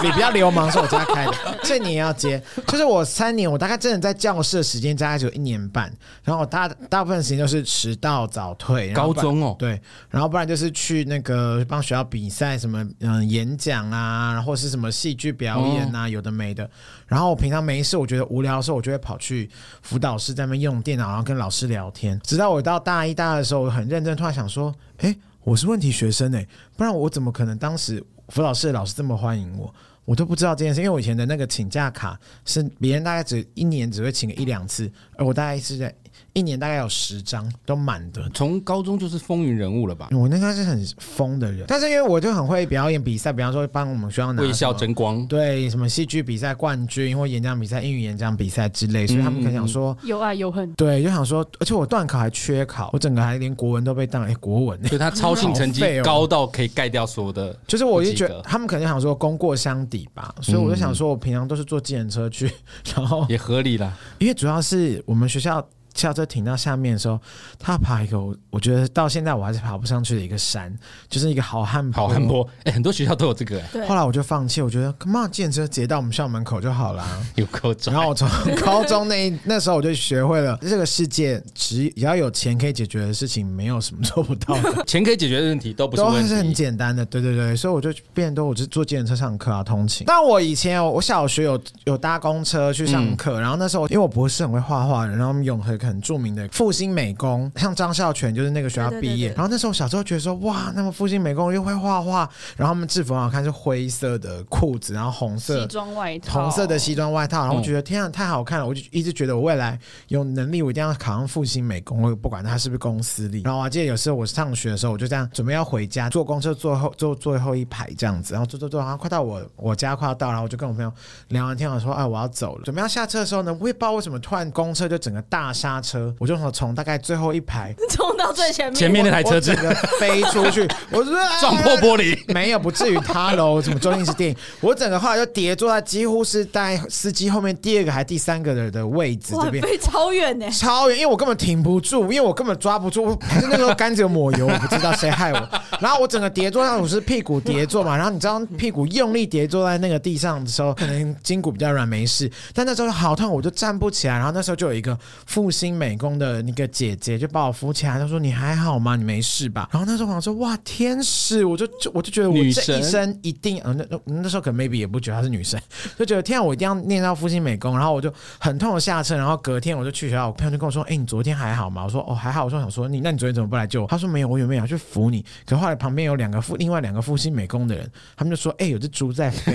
你不要流氓，是我 家开的，这你也要接。就是我三年，我大概真的在教室的时间大概只有一年半，然后我大大部分时间都是迟到早退。然
高
后不然
中哦
对，然后不然就是去那个帮学校比赛，什么嗯、呃演讲啊，然后是什么戏剧表演啊，有的没的。然后我平常没事，我觉得无聊的时候，我就会跑去辅导室在那边用电脑，然后跟老师聊天。直到我到大一、大二的时候，我很认真，突然想说，诶，我是问题学生诶，不然我怎么可能当时辅导室的老师这么欢迎我？我都不知道这件事，因为我以前的那个请假卡是别人大概只一年只会请个一两次，而我大概是在一年大概有十张都满的，
从高中就是风云人物了吧？
我那个是很疯的人，但是因为我就很会表演比赛，比方说帮我们学校拿
微笑
什么
争光，
对什么戏剧比赛冠军或演讲比赛、英语演讲比赛之类，所以他们可能
嗯
想说，
又爱又恨。
对，就想说，而且我断考还缺考，我整个还连国文都被当哎、国文、
所以他操性成绩
好废哦
高到可以盖掉所有的。
就是我就
不及
觉
格嗯
得他们可能想说功过相抵吧，所以我就想说我平常都是坐计程车去，然后
也合理啦，
因为主要是我们学校校车停到下面的时候，他爬一个我我觉得到现在我还是爬不上去的一个山，就是一个好汉
好汉。坡，哎、很多学校都有这个、哎
对
后，来我就放弃，我觉得 come on，计程车直接到我们校门口就好啦。 啊
有够拽
然。后我从高中那一那时候我就学会了，这个世界只只要有钱可以解决的事情，没有什么做不到的。
钱可以解决的问题都不是
都
问
哦是很
题。
简单的，对对对，所以我就变多，我就坐计程车上课啊，通勤。但我以前有我小学有有搭公车去
嗯
上课，然后那时候因为我不是很会画画的人，然后我们永和一个很著名的复兴美工，像张孝全就是那个学校
对对
毕业。
对对
然后那时候小时候觉得说哇，那么复兴美工又会画画，然后他们制服很好看，是灰色的裤子，然后红色
西装外套，
红色的西装外套，然后我觉得天啊太好看了，我就一直觉得我未来有能力，我一定要考上复兴美工，我不管它是不是公司里。然后我还记得有时候我上学的时候，我就这样准备要回家，坐公车坐后坐最后一排这样子，然后坐坐坐，然后快到我我家快要到，然后我就跟我朋友聊完天，我说啊我要走了，准备要下车的时候呢，我也不知道为什么突然公车就整个大刹车，我就从从大概最后一排
冲到最前面，
前面那台
我
车子
整个飞出去，我就说哎
撞破玻璃，
没有，不至于塌楼，什么周星驰电影，我整个后来就跌坐在几乎是在司机后面第二个还第三个的的位置
哇
这，边。
飞超远呢、
超远，因为我根本停不住，因为我根本抓不住，我还是那时候杆子有抹油，我不知道谁害我。然后我整个跌坐上，我是屁股跌坐嘛，然后你知道屁股用力跌坐在那个地上的时候，可能筋骨比较软没事，但那时候好痛，我就站不起来。然后那时候就有一个复兴美工的那个姐姐就把我扶起来，她说：“你还好吗？你没事吧？”然后那时候我想说：“哇，天使！”我就就我就觉得我
女
这
神
一生一定……呃，那那那时候可能 maybe 也不觉得她是女生，就觉得天啊，我一定要念到复兴美工，然后我就很痛的下车，然后隔天我就去学校，我朋友就跟我说：“哎、你昨天还好吗？”我说：“哦，还好。”我说：“想说你，那你昨天怎么不来救我？”他说：“没有，我原本想去扶你，可后来旁边有两个复另外两个复兴美工的人，他们就说：‘哎、有只猪在飞。’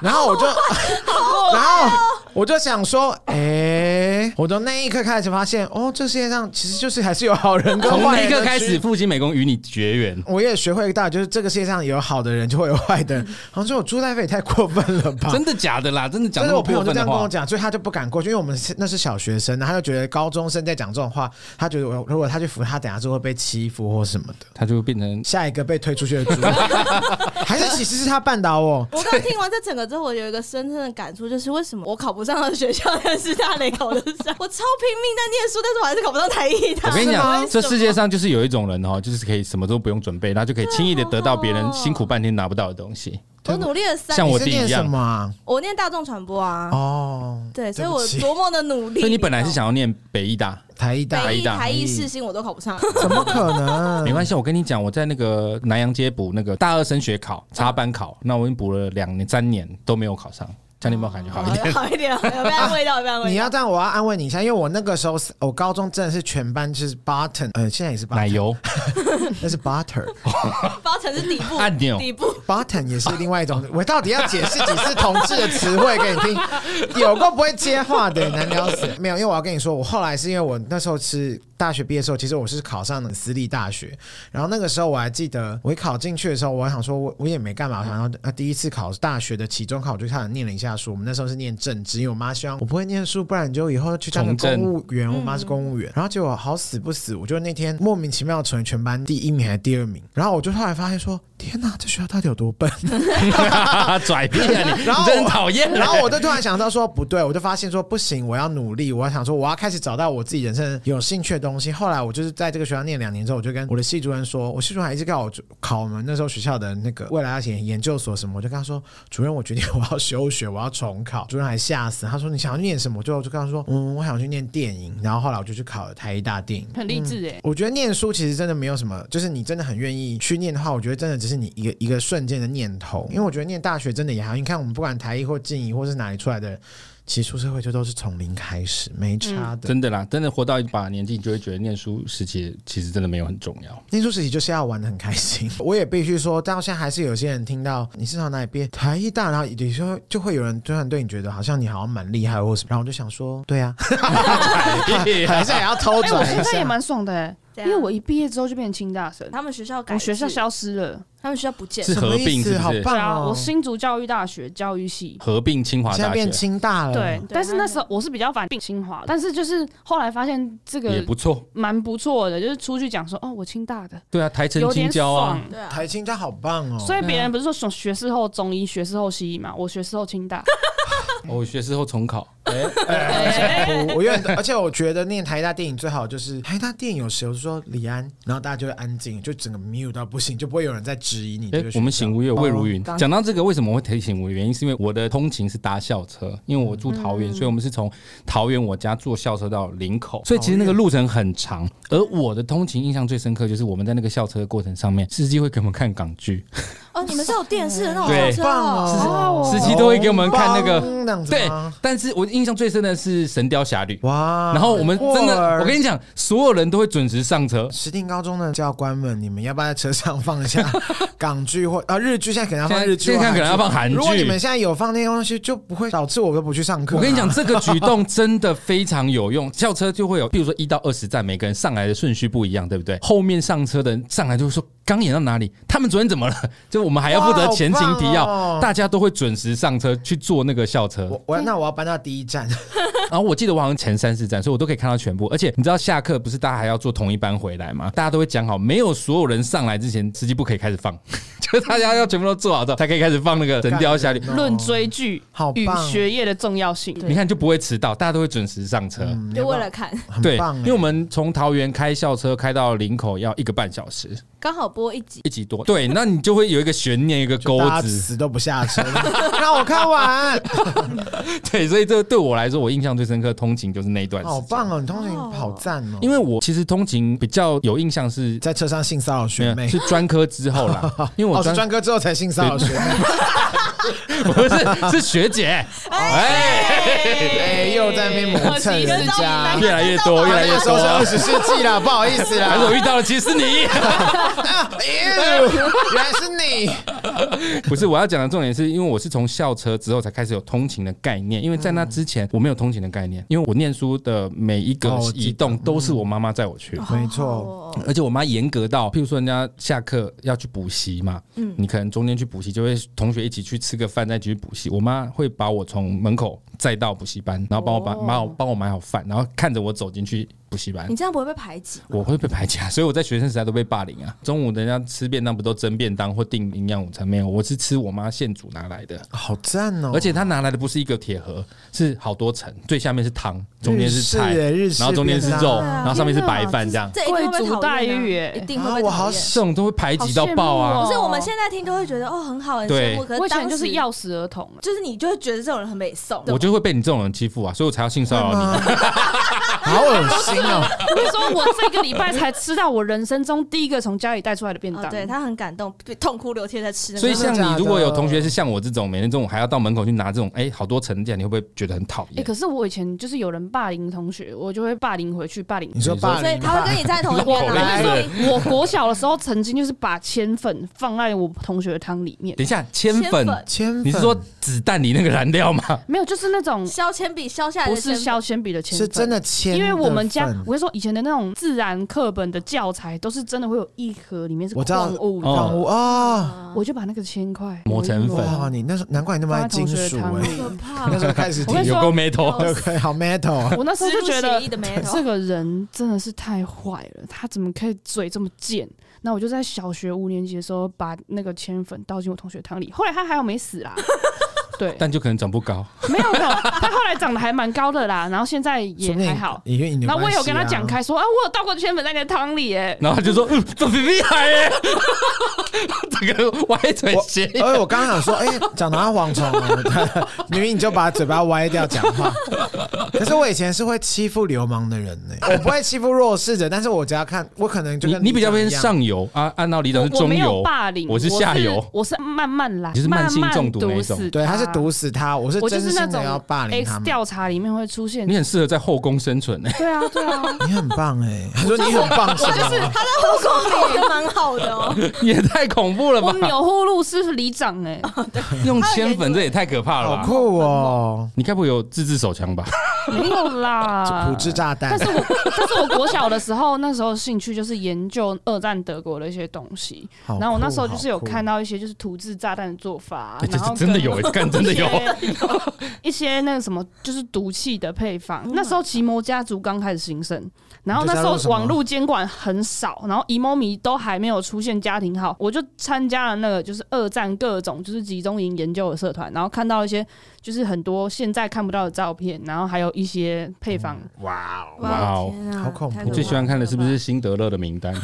然后我 就，然后我就想说，哎、我从那一刻开始发现，哦，这世界上其实就是还是有好人跟
从
坏
那一
人的
刻开
区
始，复兴美工与你绝缘。
我也学会一个道理，就是这个世界上有好的人，就会有坏的人。好像说我朱大飞也太过分了吧？
真的假的啦？真的讲
啊但
那
是
么
我朋友
过
就
分的
这样跟我
话，
讲，所以他就不敢过去，因为我们是那是小学生，然后他就觉得高中生在讲这种话，他觉得我如果他去扶他，等下就会被欺负或什么 的。
他就变成
下一个被推出去的猪， 还是其实是他绊倒我。
我刚听完这整个之后，我有一个深深的感触，就是为什么我考不上的学校， 但是大雷考得上？我超拼命在念书，但是我还是考不上台艺大。
我跟你讲，
为
这
什么
世界上就是有一种人哦，就是可以什么都不用准备，他就可以轻易的得到别人辛苦半天拿不到的东西。
我努力了三
像
年，
我
你
弟
是念
一样
什么啊？
我念大众传播啊，
哦，
对，所以
对不
我
起
多么的 努力。
所以你本来是想要念北医大，
台艺大
北艺、
大嗯
台艺、世新，我都考不上。
怎么可
没
能？
关系，我跟你讲，我在那个南洋街补那个大二升学考
嗯
插班考，那我已经补了两年三年都没有考上，这样你有没有感觉好一
啊
点？
好一点，好一点有被安慰到，有被安慰到。
你要这样，我要安慰你一下，因为我那个时候是我高中真的是全班就是 button，呃，现在也是 button，
奶 油
那是 butter。
八成是底部
按钮
底部
button 也是另外一种，我到底要解释几次同志的词汇给你 听？有个不会接话的，难聊死。没有，因为我要跟你说，我后来是因为我那时候是。大学毕业的时候，其实我是考上了私立大学，然后那个时候我还记得，我一考进去的时候，我还想说我我也没干嘛，我想要啊第一次考大学的期中考，我就差点念了一下书。我们那时候是念政治，因为我妈希望我不会念书，不然你就以后去当个
从政
公务员。我妈是公务员，然后结果好死不死，我就那天莫名其妙成为全班第一名还是第二名，然后我就后来发现说，天哪，这学校到底有多笨？
拽屁啊你！
然后
你
我
真讨厌。
然后我就突然想到说，不对，我就发现说不行，我要努力，我要想说我要开始找到我自己人生有兴趣的东西。后来我就是在这个学校念两年之后，我就跟我的系主任说，我系主任还一直告诉我考我们那时候学校的那个未来要写研究所什么，我就跟他说，主任，我决定我要休学，我要重考。主任还吓死，他说你想要念什么？最后我就跟他说，嗯，我想去念电影。然后后来我就去考了台艺大电影。
很励志哎。
我觉得念书其实真的没有什么，就是你真的很愿意去念的话，我觉得真的只是你一个一个瞬间的念头。因为我觉得念大学真的也好，你看我们不管台艺或进艺或是哪里出来的人，其实出社会就都是从零开始，没差的。
真的啦，真的活到一把年纪，你就会觉得念书时期其实真的没有很重要。
念书时期就是要玩的很开心。 我也必须说，到现在还是有些人听到你是从哪里毕业，台艺大，然后有时候就会有人突然对你觉得好像你好像蛮厉害或什么，然后我就想说，对啊，还是也要偷
哎、我
转
现
一
啊
在也
下。
蛮爽的、欸，
怎
因
样
为我一毕业之后就变成清大生，
啊他们学校啊改
我学校
制
消失了。
他们学校不见
是
了，
什么
合并
意
是
思？
不是
好
对
棒
啊，我
哦！
新竹教育大学教育系。
合并清华
现在
大学
变清大
嗯
了，
对，但是那
他
时候我是比较反并清华，但是就是后来发现这
也
个
不错。
蛮不错的，就是出去讲说哦，我清大的，
对啊，台城
有
青
点
椒
爽
啊，。
对啊，
台清大好棒哦。
所以别人不是说学士后中医、学士后西医嘛，我学士后 清大，
我哦学士后重考，哎
我我愿，而且我觉得念台大电影最好就是台大电影有时候说李安，然后大家就会安静，就整个 mute 到不行，就不会有人在质疑你这
哎
个学校。
我们醒吾月魏如云
哦。当
讲到这个，为什么会提醒我的原因，是因为我的通勤是搭校车，因为我住桃
嗯
园，所以我们是从桃园我家坐校车到林口，所以其实那个路程很长。而我的通勤印象最深刻，就是我们在那个校车的过程上面，司机会给我们看港 剧，
哦，你们是有电视的那种
对
校车
棒
哦，
哦，
司机都会给我们看那个
好棒这样子
对
吗，
但是我印象最深的是《神雕侠侣》。
哇，
然后我们真
过
的，
儿
我跟你讲，所有人都会准时上车。
石定高中的教官们，你们要不要在车上放一下港剧或啊日剧？现在可能要放日剧，
现在现在可能要放韩剧
如果你们现在有放那些东西，就不会导致我都不去上课。
我跟你讲，，这个举动真的非常有用。 校车就会有，比如说一到二十站，每个人上来的顺序不一样，对不对？后面上车的人上来就会说刚演到哪里，他们昨天怎么了？ 就我们还要负责前情提要，
哇好棒哦
大家都会准时上车去坐那个校车。
我我那我要搬到第一站，
然后我记得我好像前三四站，所以我都可以看到全部。而且你知道下课不是大家还要坐同一班回来吗？大家都会讲好，没有所有人上来之前，司机不可以开始放， 就是大家要全部都坐好之后才可以开始放那个《神雕侠侣》。
论追剧
好
与
棒
学业的重要性。
你看就不会迟到，大家都会准时上车。
嗯
就为了看，
很
对，
棒欸，
因为我们从桃园开校车开到林口要一个半小时，
刚好播一集，
一集多。对，那你就会有一个悬念，一个钩
大家
子。
死都不下车， 让我 看完。
对，所以这对我来说，我印象最深刻的通勤就是那一段时间。
好棒哦！你通勤好赞哦，
因为我其实通勤比较有印象是
在车上性骚扰学妹
是，专科之后啦， 因为
哦，
我
是
专
专科之后才性骚扰学 妹，
不是是学 姐，
哦
哎
哎，
哎，又在那边 磨蹭人家。
越来越多，越来越
那时候是二
多。哎
十世纪了，不好 意思
还是我
啦。
遇到的其实是你，
哎呦原来是你，
不是我要讲的重点是，因为我是从校车之后才开始有通勤的概念，因为在
嗯
那之前我没有通勤的概念，因为我念书的每一个
哦我记嗯得
移动都是我妈妈载我去，
没
好
错，
好哦
而且我妈严格到，譬如说人家下课要去补习嘛，你可能中间去补习，就会同学一起去吃个饭，再继续补习。我妈会把我从门口载到补习班，然后帮我把
哦
帮我帮我买好饭，然后看着我走进去补习班
你。这样不会被排挤吗？
我会被排挤啊，所以我在学生时代都被霸凌啊。中午人家吃便当不都蒸便当或订营养午餐没有？我是吃我妈现煮拿来的，
好赞哦！
而且她拿来的不是一个铁盒，是好多层，最下面是汤，中间是菜
日式耶日，式
然后中间是
便当
肉，
对
然后上面是
天哪
白饭这样。
这一定会被
贵族
讨厌啊
待遇耶
一定会被讨
啊
厌。
我好喜
这种都会排挤到爆啊！
好羡慕哦
可是我们现在听都会觉得哦很好很
对
羡慕，可
我
是
以前
当
就
时
是，钥匙儿童，啊
就是你就会觉得这种人很美送。
我就会被你这种人欺负啊，所以我才要性骚扰你。
吗？ 好恶心哦！
我跟你说，我这个礼拜才吃到我人生中第一个从家里带出来的便
哦
当，，
对他很感动，痛哭流涕在吃 那个。
所以像你如果有同
真的假
学
的
是像我这种每天中午还要到门口去拿这种，哎、好多成绩，你会不会觉得很讨
哎，
厌？
可是我以前就是有人霸凌同学，我就会霸凌回去，霸凌
你说霸
所以
凌
他
吧
会跟你在同一边
口
啊，
来
所以
我国小的时候曾经就是把铅粉放在我同学的汤里面
等，一下，铅粉，
千粉，
你是说子弹里那个燃料吗？
没有，就是那种
削铅笔削下来
不
的
是
铅
削铅笔的铅粉，
是真的铅天
因为我们家
的份，
我跟你说，以前的那种自然课本的教材，都是真的会有一盒里面是
我知道
矿物的，
哦
动物啊，
我就把那个千块
磨成粉
哇，你那时候难怪你那么爱
放在
金
同学
属
汤
哎
里，
可怕
那时候开始
我跟你
有
说哦
够没头。
OK，好 metal 啊。
我那时候
植
就
入
觉
血
得
液的眉 头
哎这，个人真的是太坏了，他怎么可以嘴这么贱？那我就在小学五年级的时候把那个铅粉倒进我同学汤里，后来他还好没死啦。 对，
但就可能长不高，
没有没有，他后来长得还蛮高的啦，然后现在也
说不定
还好。
因为你的
然后我也有
关系
跟他
啊
讲，开说啊，我有倒过铅粉在你的汤里耶、
然后他就 说：“嗯，这比厉害耶！” 整个歪嘴
我
斜
而且我刚刚想说，哎、讲到蝗虫了， 明明你就把嘴巴歪掉讲话。可是我以前是会欺负流氓的人 呢、我不会欺负弱势者，但是我只要看，我可能就
你
跟
你比较
长一
偏
样，
上游啊，按道理讲是
我我
中
没有
游，
霸凌，
我是下游
我是，我是慢慢来，
你是慢
慢
性
慢
中毒那一
毒
种
死
对，他是毒死他，我是
啊我就
真
是那
心
种哎
的要霸凌他
X
们。
调查里面会出现
你，很适合在后宫生存 欸
对啊对啊，
你很棒哎、 他说你很棒什么，
就是他在后宫里也蛮好的哦，
也太恐怖了
我
吧！
钮祜禄氏里长 哎、
用铅粉这也太可怕了
好
吧！
酷哦、
你该不会有自制手枪吧？
没有啦，
土制炸弹
但。是我但是我国小的时候，那时候兴趣就是研究二战德国的一些东西，
好
然后我那
酷
时候就是有
好酷
看到一些就是土制炸弹的做法啊
欸，这
然
这
后
真的有
跟
欸，看真的 有。
一些一些那个什么，就是毒气的配方。那时候奇摩家族刚开始兴盛，然后那时候网络监管很少，然后 emoji 都还没有出现家庭号，我就参加了那个就是二战各种就是集中营研究的社团，然后看到一些就是很多现在看不到的照片，然后还有一些配方。
哇哦，
哇哦
天啊
好恐怖
太可怕
你
了
最喜欢看的是不是辛德勒的名 单？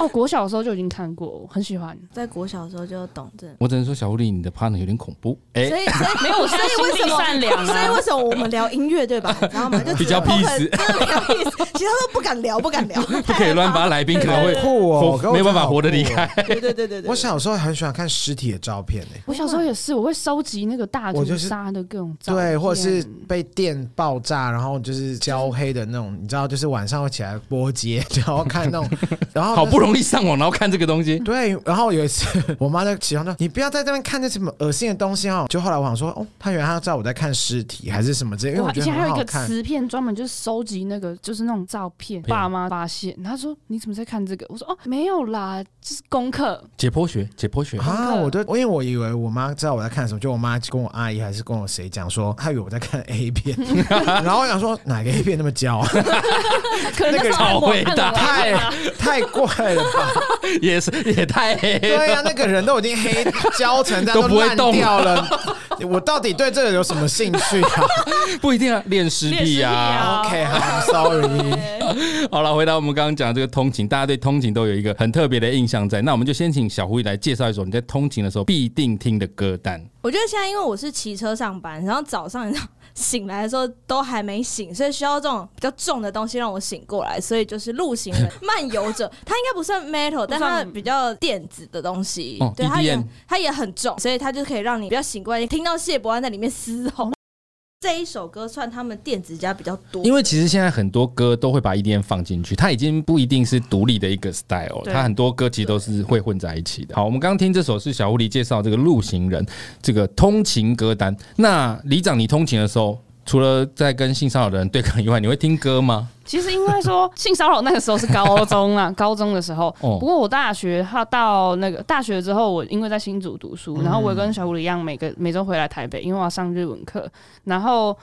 哦，国小的时候就已经看过，我很喜欢。
在国小的时候就懂这？
我只能说，小狐狸，你的 partner 有点恐怖。哎
所，以所以
没有，我
所
现在
以为
心
什么？
地善良
所以
啊
为。什么我们聊音乐对吧？然后我们就只
比较
能都
peace
很真的比较 peace，其他都不敢聊，不敢 聊，
不可以乱发来宾，可能会
好酷哦
活
我觉得
没办法
好
活得离
酷哦
开。
对对对对对。
我小时候很喜欢看尸体的照片欸诶、
我小时候也是，我会收集那个大
我
屠
就是
杀的各种照片，啊
对，或者是被电爆炸，然后就是焦黑的那种，你知道，就是晚上会起来波街， 然后看 那种，然后
好不
容
容易上网，然后看这个东西，
对，然后有一次 我妈在起床说：“你不要在这边看那什么恶心的东西哦。”就后来我想说，哦，她原来她知道我在看尸体还是什么之类，因为
我
我
以
觉得
前还
很
有
好
一个
看。啊
磁片，专门就是收集那个，就是那种照片。
片
爸妈发现，他说：“你怎么在看这个？”我说：“哦，没有啦，就是功课。
解剖学，解剖 学。
功
啊！
课
我都因为我以为我妈知道我在看什么，就我妈跟我阿姨还是跟我谁讲说，她以为我在看 A 片， 然后我想说哪个 A 片那么焦啊，”
可能那时候按
超
摩
伟大
按摩
太太怪了吧？
也是也太黑
对
啊
啊
了。
呀、那个人都已经黑焦 成这样
都不会
烂
动
掉了，我到底对这个有什么兴 趣啊
不一定啊，恋尸
练
癖
尸癖
啊。
啊
？OK，I'm sorry。
好了，回到我们刚刚讲的这个通勤，大家对通勤都有一个很特别的印象在。那我们就先请小狐狸来介绍一首你在通勤的时候必定听的歌单。
我觉得现在因为我是骑车上班，然后早上你 知道醒来的时候都还没醒，所以需要这种比较重的东西让我醒过来，所以就是路行 人漫游者，它应该不算 metal，但它比较电子的东西，
哦
对，它也
EDM
它也很重，所以它就可以让你比较醒过来，听到谢伯安在里面嘶吼。这一首歌算他们电子家比较多，
因为其实现在很多歌都会把 EDM 放进去，它已经不一定是独立的一个 style，
对
它很多歌其实都是会混在一起的。好，我们刚刚听这首是小狐狸介绍这个路行人这个通勤歌单。那李长，你通勤的时候，除了在跟性骚扰的人对抗以外，你会听歌吗？
其实应该说，性骚扰那个时候是高中啊， 高中的时候。
哦
不过我大学，他到那个大学之后，我因为在新竹读书，
嗯
然后我也跟小狐狸一样，每个每周回来台北，因为我要上日文课。然后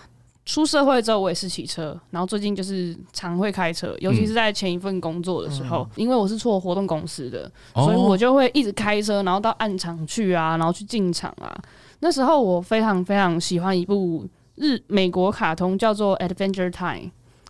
出社会之后，我也是骑车，然后最近就是常会开车，尤
嗯
其是在前一份工作的时候，因为我是做活动公司的，
哦
所以我就会一直开车，然后到暗场去啊，然后去进场啊。那时候我非常非常喜欢一部日美国卡通，叫做《Adventure Time》，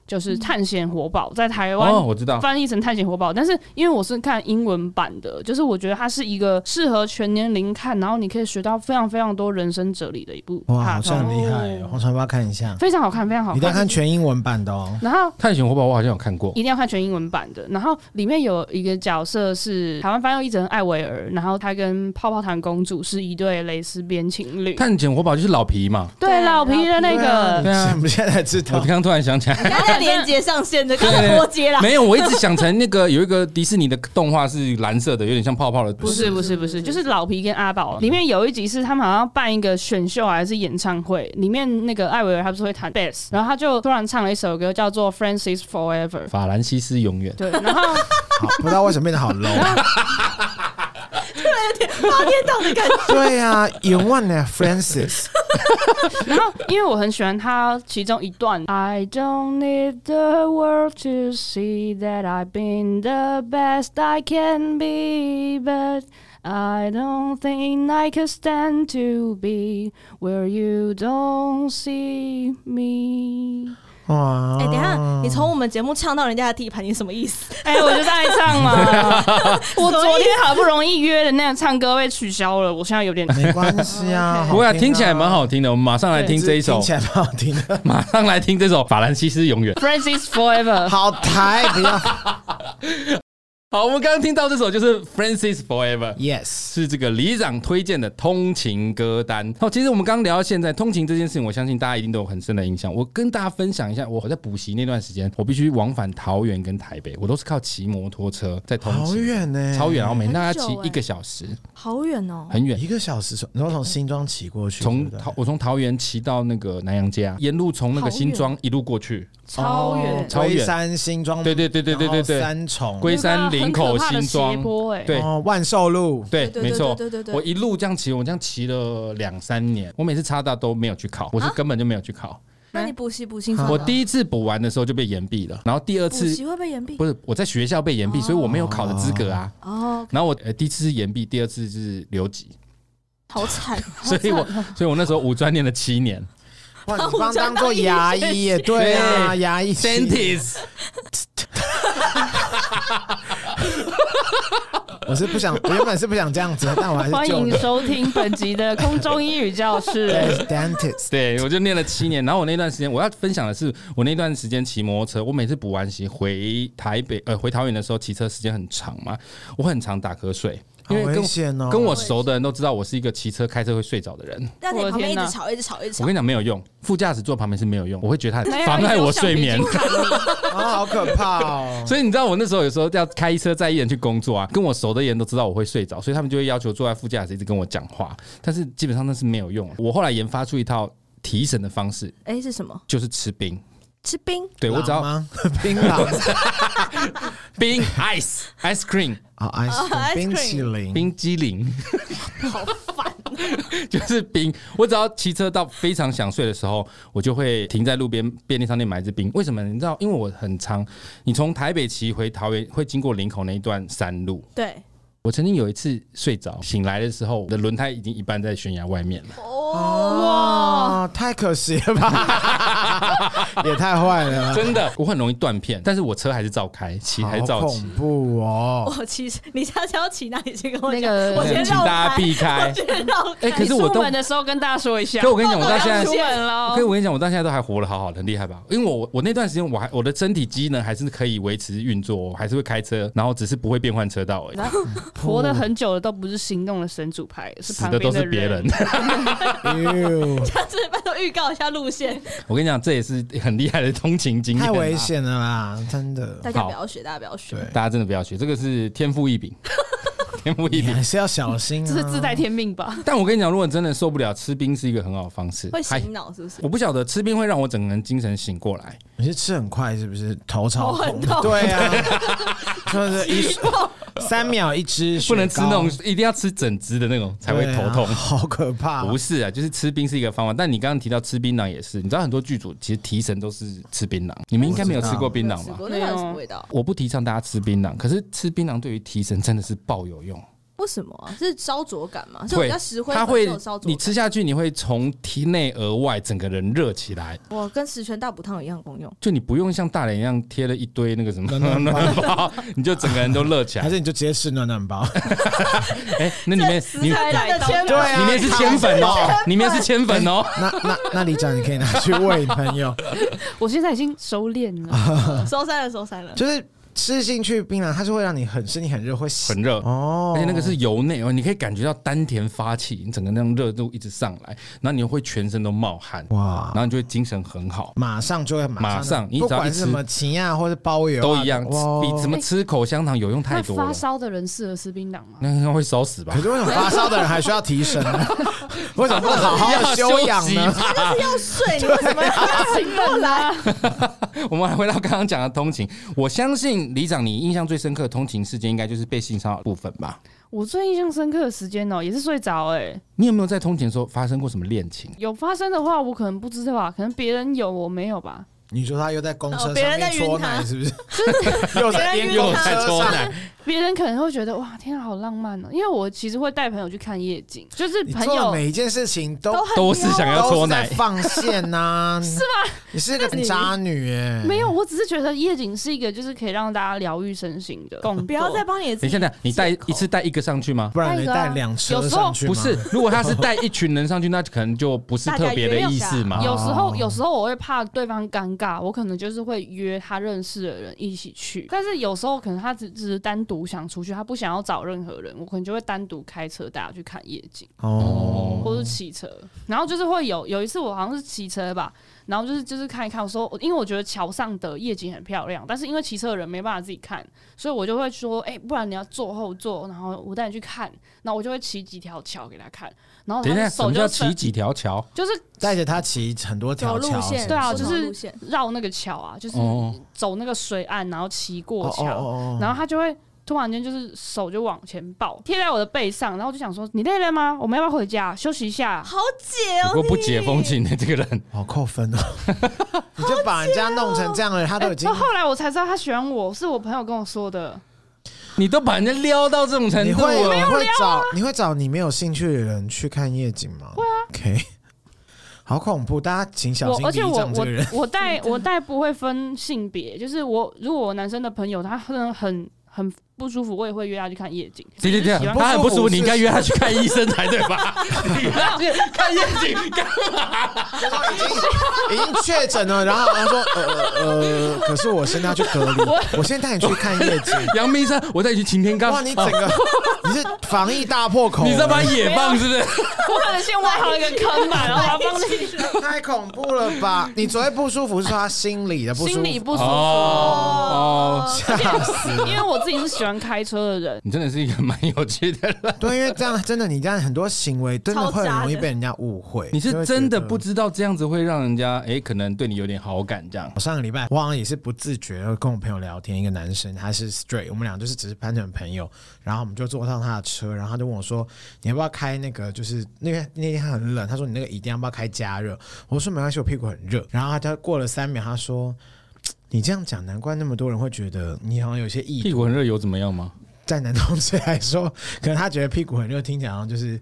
就是
嗯
探险活宝，在台湾
哦，我知道，
翻译成探险活宝，但是因为我是看英文版的，就是我觉得它是一个适合全年龄看，然后你可以学到非常非常多人生哲理的一部
哇，
卡
好像
通，
很厉害哦！红船包看一下，
非常好看，非常好
你在
看。
看全英文版的哦。
然后
探险活宝我好像有看过，
一定要看全英文版的。然后里面有一个角色是台湾翻译成艾维尔，然后他跟泡泡糖公主是一对蕾丝边情侣。
探险活宝就是老皮嘛。
对老皮的那
对啊
个，
对啊
我们现在才知
我
道
哦
刚刚突然想起来，
刚才连接上线的，刚
对
才脱节啦。
没有，我一直想成那个有一个迪士尼的动画是蓝色的，有点像泡泡的，
不是不是不是，就是老皮跟阿宝里面有一集是他们好像办一个选秀啊还是演唱会，里面那个艾维尔他不是会弹 bass，然后他就突然唱了一首歌叫做《Francis Forever》，
法兰西斯永远。
对，然后
好，不知道为什么变得好 low。
八点档的感觉，
对呀、y o u want a Francis？
然后因为我很喜欢他其中一段 I don't need the world to see that I've been the best I can be, but I don't think I can stand to be where you don't see me。
哇！
哦
哎、等一下，你从我们节目唱到人家的地盘，你什么意思？
哎、我就是爱 唱嘛。我昨天好不容易约的那个唱歌被取消了，我现在 有点。
没关 系啊，
不会啊，
好
听起来蛮
啊，
好听的。我们马上来听这一首
听，起来蛮好 听的。
马上来听这首《法兰西斯永远》。
Francis Forever，
好台，不要
好，我们刚刚听到这首就是《Francis Forever》。
，Yes，
是这个里长推荐的通勤歌单。好，其实我们刚刚聊到现在通勤这件事情，我相信大家一定都有很深的印象。我跟大家分享一下，我在补习那段时间，我必须往返桃园跟台北，我都是靠骑摩托车在通勤，
好远呢，
超远，然后啊每天大概骑
很久欸
一个小时，
好远哦、
很远。啊
一个小时从，然后从新庄骑过去，
从
对不对
桃我从桃园骑到那个南洋街啊，沿路从那个新庄一路过去，
超远
哦
超远
龟山新庄，
对对对对对对对
然后三重
龟山林口新
很可怕的斜
庄，
坡哎，
对。
哦万寿路，
对，
对对
没错，
对对对对对
我一路这样骑，我这样骑了两三年，我每次插大都没有去考，我是根本就没有去考。
那你补习补新
啊
生
我
吗
第一次补完的时候就被延毕了，然后第二
补
次
习会被延毕
不是我在学校被延毕，所以我没有考的资格啊。
哦，
然后我呃第一次是延毕，第二次是留级，
好惨，
所以我所以我那时候五专念了七年
哇，你刚当做牙医耶，对啊，牙医系
，dentist
我是不想，我原本是不想这样子的，但我还
欢
是救
迎
你。
收听本集的空中英语教 室。
对哎 dentist，
对，我就念了七年。然后我那段时间，我要分享的是，我那段时间骑摩托车，我每次补完习回台北，呃，回桃园的时候，骑车时间很长嘛，我很常打瞌睡，因为
好
跟
危险哦
跟我熟的人都知道，我是一个骑车、开车会睡着的人。
但你
我的
旁边一
天哪
直吵，一直吵，一直
我
吵
跟。你讲没有用，副驾驶座旁边是没有用，我会觉得它
那要
妨碍我睡眠
用。橡皮筋砍你
啊，好可怕哦！
所以你知道我那时候有时候要开车载艺人去工作啊，跟我熟的人都知道我会睡着，所以他们就会要求坐在副驾驶一直跟我讲话，但是基本上那是没有用。啊我后来研发出一套提神的方式，
哎、是什么？
就是吃冰。
吃冰？
对我只
蟑
要
螂，槟榔，
冰 ice ice cream
啊，ice cream，
cream
冰淇淋，
冰激凌， 好烦，就是冰。我只要骑车到非常想睡的时候，我就会停在路边便利商店买一支冰。为什么？你知道，因为我很常，你从台北骑回桃园会经过林口那一段山路，
对，
我曾经有一次睡着，醒来的时候，我的轮胎已经一半在悬崖外面了。
哇，哦太可惜了吧， 也太坏了，
真的，我很容易断片，但是我车还是照开，骑还是
好
照骑
恐。怖哦！
我骑，你下次要骑哪里？先跟我
那
讲，
个嗯
我先
请
绕
大家
开，
避开
我。先绕开。
哎、可是我
你出
都，
门的时候跟大家说一下，
可我跟你讲，我到现在
出，门
可
喽
是。我跟你讲，我到现在都还活得好好的，很厉害吧？因为我我那段时间我还我的身体机能还是可以维持运作，我还是会开车，然后只是不会变换车道而已。
活得很久的都不是行动的神主牌，是
死
旁
的
边
都是别
别
人。
哟，
下次拜托预告一下路线，
我跟你讲，这也是很厉害的通勤经验、
太
啊。
危险了啦，真的。
大家
好
不要学，大家不要学。
对
大家真的不要学，这个是天赋异禀， 天赋异
你
禀。
还是要小心
这是自
啊！
带天命 吧？
但我跟你讲，如果你真的受不了，吃冰是一个很好的方式。
会
还
洗脑是不是？
我不晓得吃冰会让我整个人精神醒过来，
你是吃很快是不是？头超
头
痛
很，痛
对啊，就是一三秒一只雪糕，
不能吃那种一定要吃整只的那种才会头痛
对啊。好可怕哦！
不是啊，就是吃冰是一个方法，但你刚刚提到吃槟榔也是，你知道很多剧组其实提神都是吃槟榔，你们应该没有吃过槟榔
吃
吧？
过那到底什么味道？
我不提倡大家吃槟榔，可是吃槟榔对于提神真的是爆有用，
为什么啊？是烧灼感吗？是比较实惠，
它
还是
会
有烧灼
你
感。
吃下去，你会从体内而外整个人热起来，
我跟十全大补汤有一样功用。
就你不用像大脸一样贴了一堆那个什么
暖
暖
暖
包，你就整个人都热起来
还。是你就直接吃暖暖包？
哎、那里面你
来的千
对啊
里面是千粉哦，里面是千粉哦。
那那那里长 你可以拿去喂朋友，
我现在已经收敛了，
啊
啊收山了，收山了。
就是吃进去槟榔，它是会让你很身体很热，会洗
很热
哦
而且那个是由内哦，你可以感觉到丹田发起，你整个那种热度一直上来，然后你会全身都冒汗，
哇
然，后你就会精神很好，
马上就会马
马上你只要
不
一
管是什
吃
么芹啊或者包邮啊
都一样，
哇
比什么吃口香糖有用太
那
多了
发。烧的人适合吃槟榔 吗？
那应该会烧死吧
可？是为什么发烧的人还需要提神呢？为什么不好好地休养
要
呢
休？
就是要睡，你为什么
啊
要醒 过来？
我们还回到刚刚讲的通勤，我相信李长，你印象最深刻的通勤事件应该就是被性骚扰的部分吧？
我最印象深刻的时间哦、也是睡着哎、
你有没有在通勤的时候发生过什么恋情？
有发生的话，我可能不知道吧，可能别人有，我没有吧。
你说他又在公
哦
车
别
上
人
面
在
搓
晕
奶，
他
是不是？又在边
又
公
在
车上，
奶，
别人可能会觉得哇，天啊，好浪漫哦、因为我其实会带朋友去看夜景，就是
你
朋
做的
友
每一件事情都
都很
都是想要
都
搓
是在
奶。
放线呐， 是吗？你是个渣女哎，
没有，我只是觉得夜景是一个就是可以让大家疗愈身心的工作。
不要再帮你的自
等一
己
下，等一下，
借口。
你带一次带一个上去吗？
不然你
带一个啊
带两车
有时候
上去吗
不是，如果他是带一群人上去，那可能就不是特别的意思嘛。
有时候
哦，
有时候我会怕对方尴尬，我可能就是会约他认识的人一起去。但是有时候可能他只只是单独想出去，他不想要找任何人，我可能就会单独开车带他去看夜景，
哦，
或是骑车。然后就是会有有一次我好像是骑车吧，然后就是就是看一看，我说因为我觉得桥上的夜景很漂亮，但是因为骑车的人没办法自己看，所以我就会说，哎、不然你要坐后座，然后我带你去看。然后我就会骑几条桥给他看，然后
等一
他
下，
的
什
手
么叫
就
骑几条桥？
就是
带着他骑很多条
走
桥
路，线
对啊，
不
就
同
是
路线
绕那个桥啊，就是
哎哦
走那个水岸，然后骑过
哦哦
桥，
哦
然后他就会突然间就是手就往前抱，贴在我的背上，然后我就想说你累了吗？我们要不要回家休息一下？
好解哦，
不过不
你
解风。情的这个人，
好扣 分哦！你就把人家弄成这样了，他都已经
到哎后来我才知道他喜欢我，是我朋友跟我说的。
你都把人家撩到这种程
你
度
会
了，
你
啊
会找你会找你没有兴趣的人去看夜景吗？会啊。OK，好恐怖，大家请小
我
心
而且
李
我
长这
我
个人。
我 带我带不会分性别，就是我如果我男生的朋友他很很很不舒服，我也会约他去看夜景。
对对对，
喜欢
他很不舒
不舒服
服，
是
你应该约他去看医生才对吧？ 你看看夜景，干
已经已经确诊了，然后他说呃呃呃，可是我现在要去隔离，我先带你去看夜 景。
杨医生，我带你去擎天岗。啊
哇，你整个你是防疫大破口，
你在把野放是不是？
我可能先挖好一个坑嘛，然后把它放进去，
太恐怖了吧？你昨天不舒服是说他心里 的不舒
心
服，
里不舒服。
哦哦，
吓死了。
因为我自己是喜欢开车 的人，
你真的是一个蛮有趣的人。
对，因为这样真的，你这样很多行为真的会很容易被人家误会。
你是
就会觉得
真的不知道这样子会让人家哎、可能对你有点好感这样。
我上个礼拜，我好像也是不自觉地跟我朋友聊天，一个男生，他是 straight，我们俩就是只是攀成朋友，然后我们就坐上他的车，然后他就问我说：“你要不要开那个？就是那天那天很冷，他说你那个一定要不要开加热？”我说：“没关系，我屁股很热。”然后他就过了三秒，他说。你这样讲，难怪那么多人会觉得你好像有些异
屁股很热有怎么样吗？
在男同志来说，可能他觉得屁股很热，听起来好像就是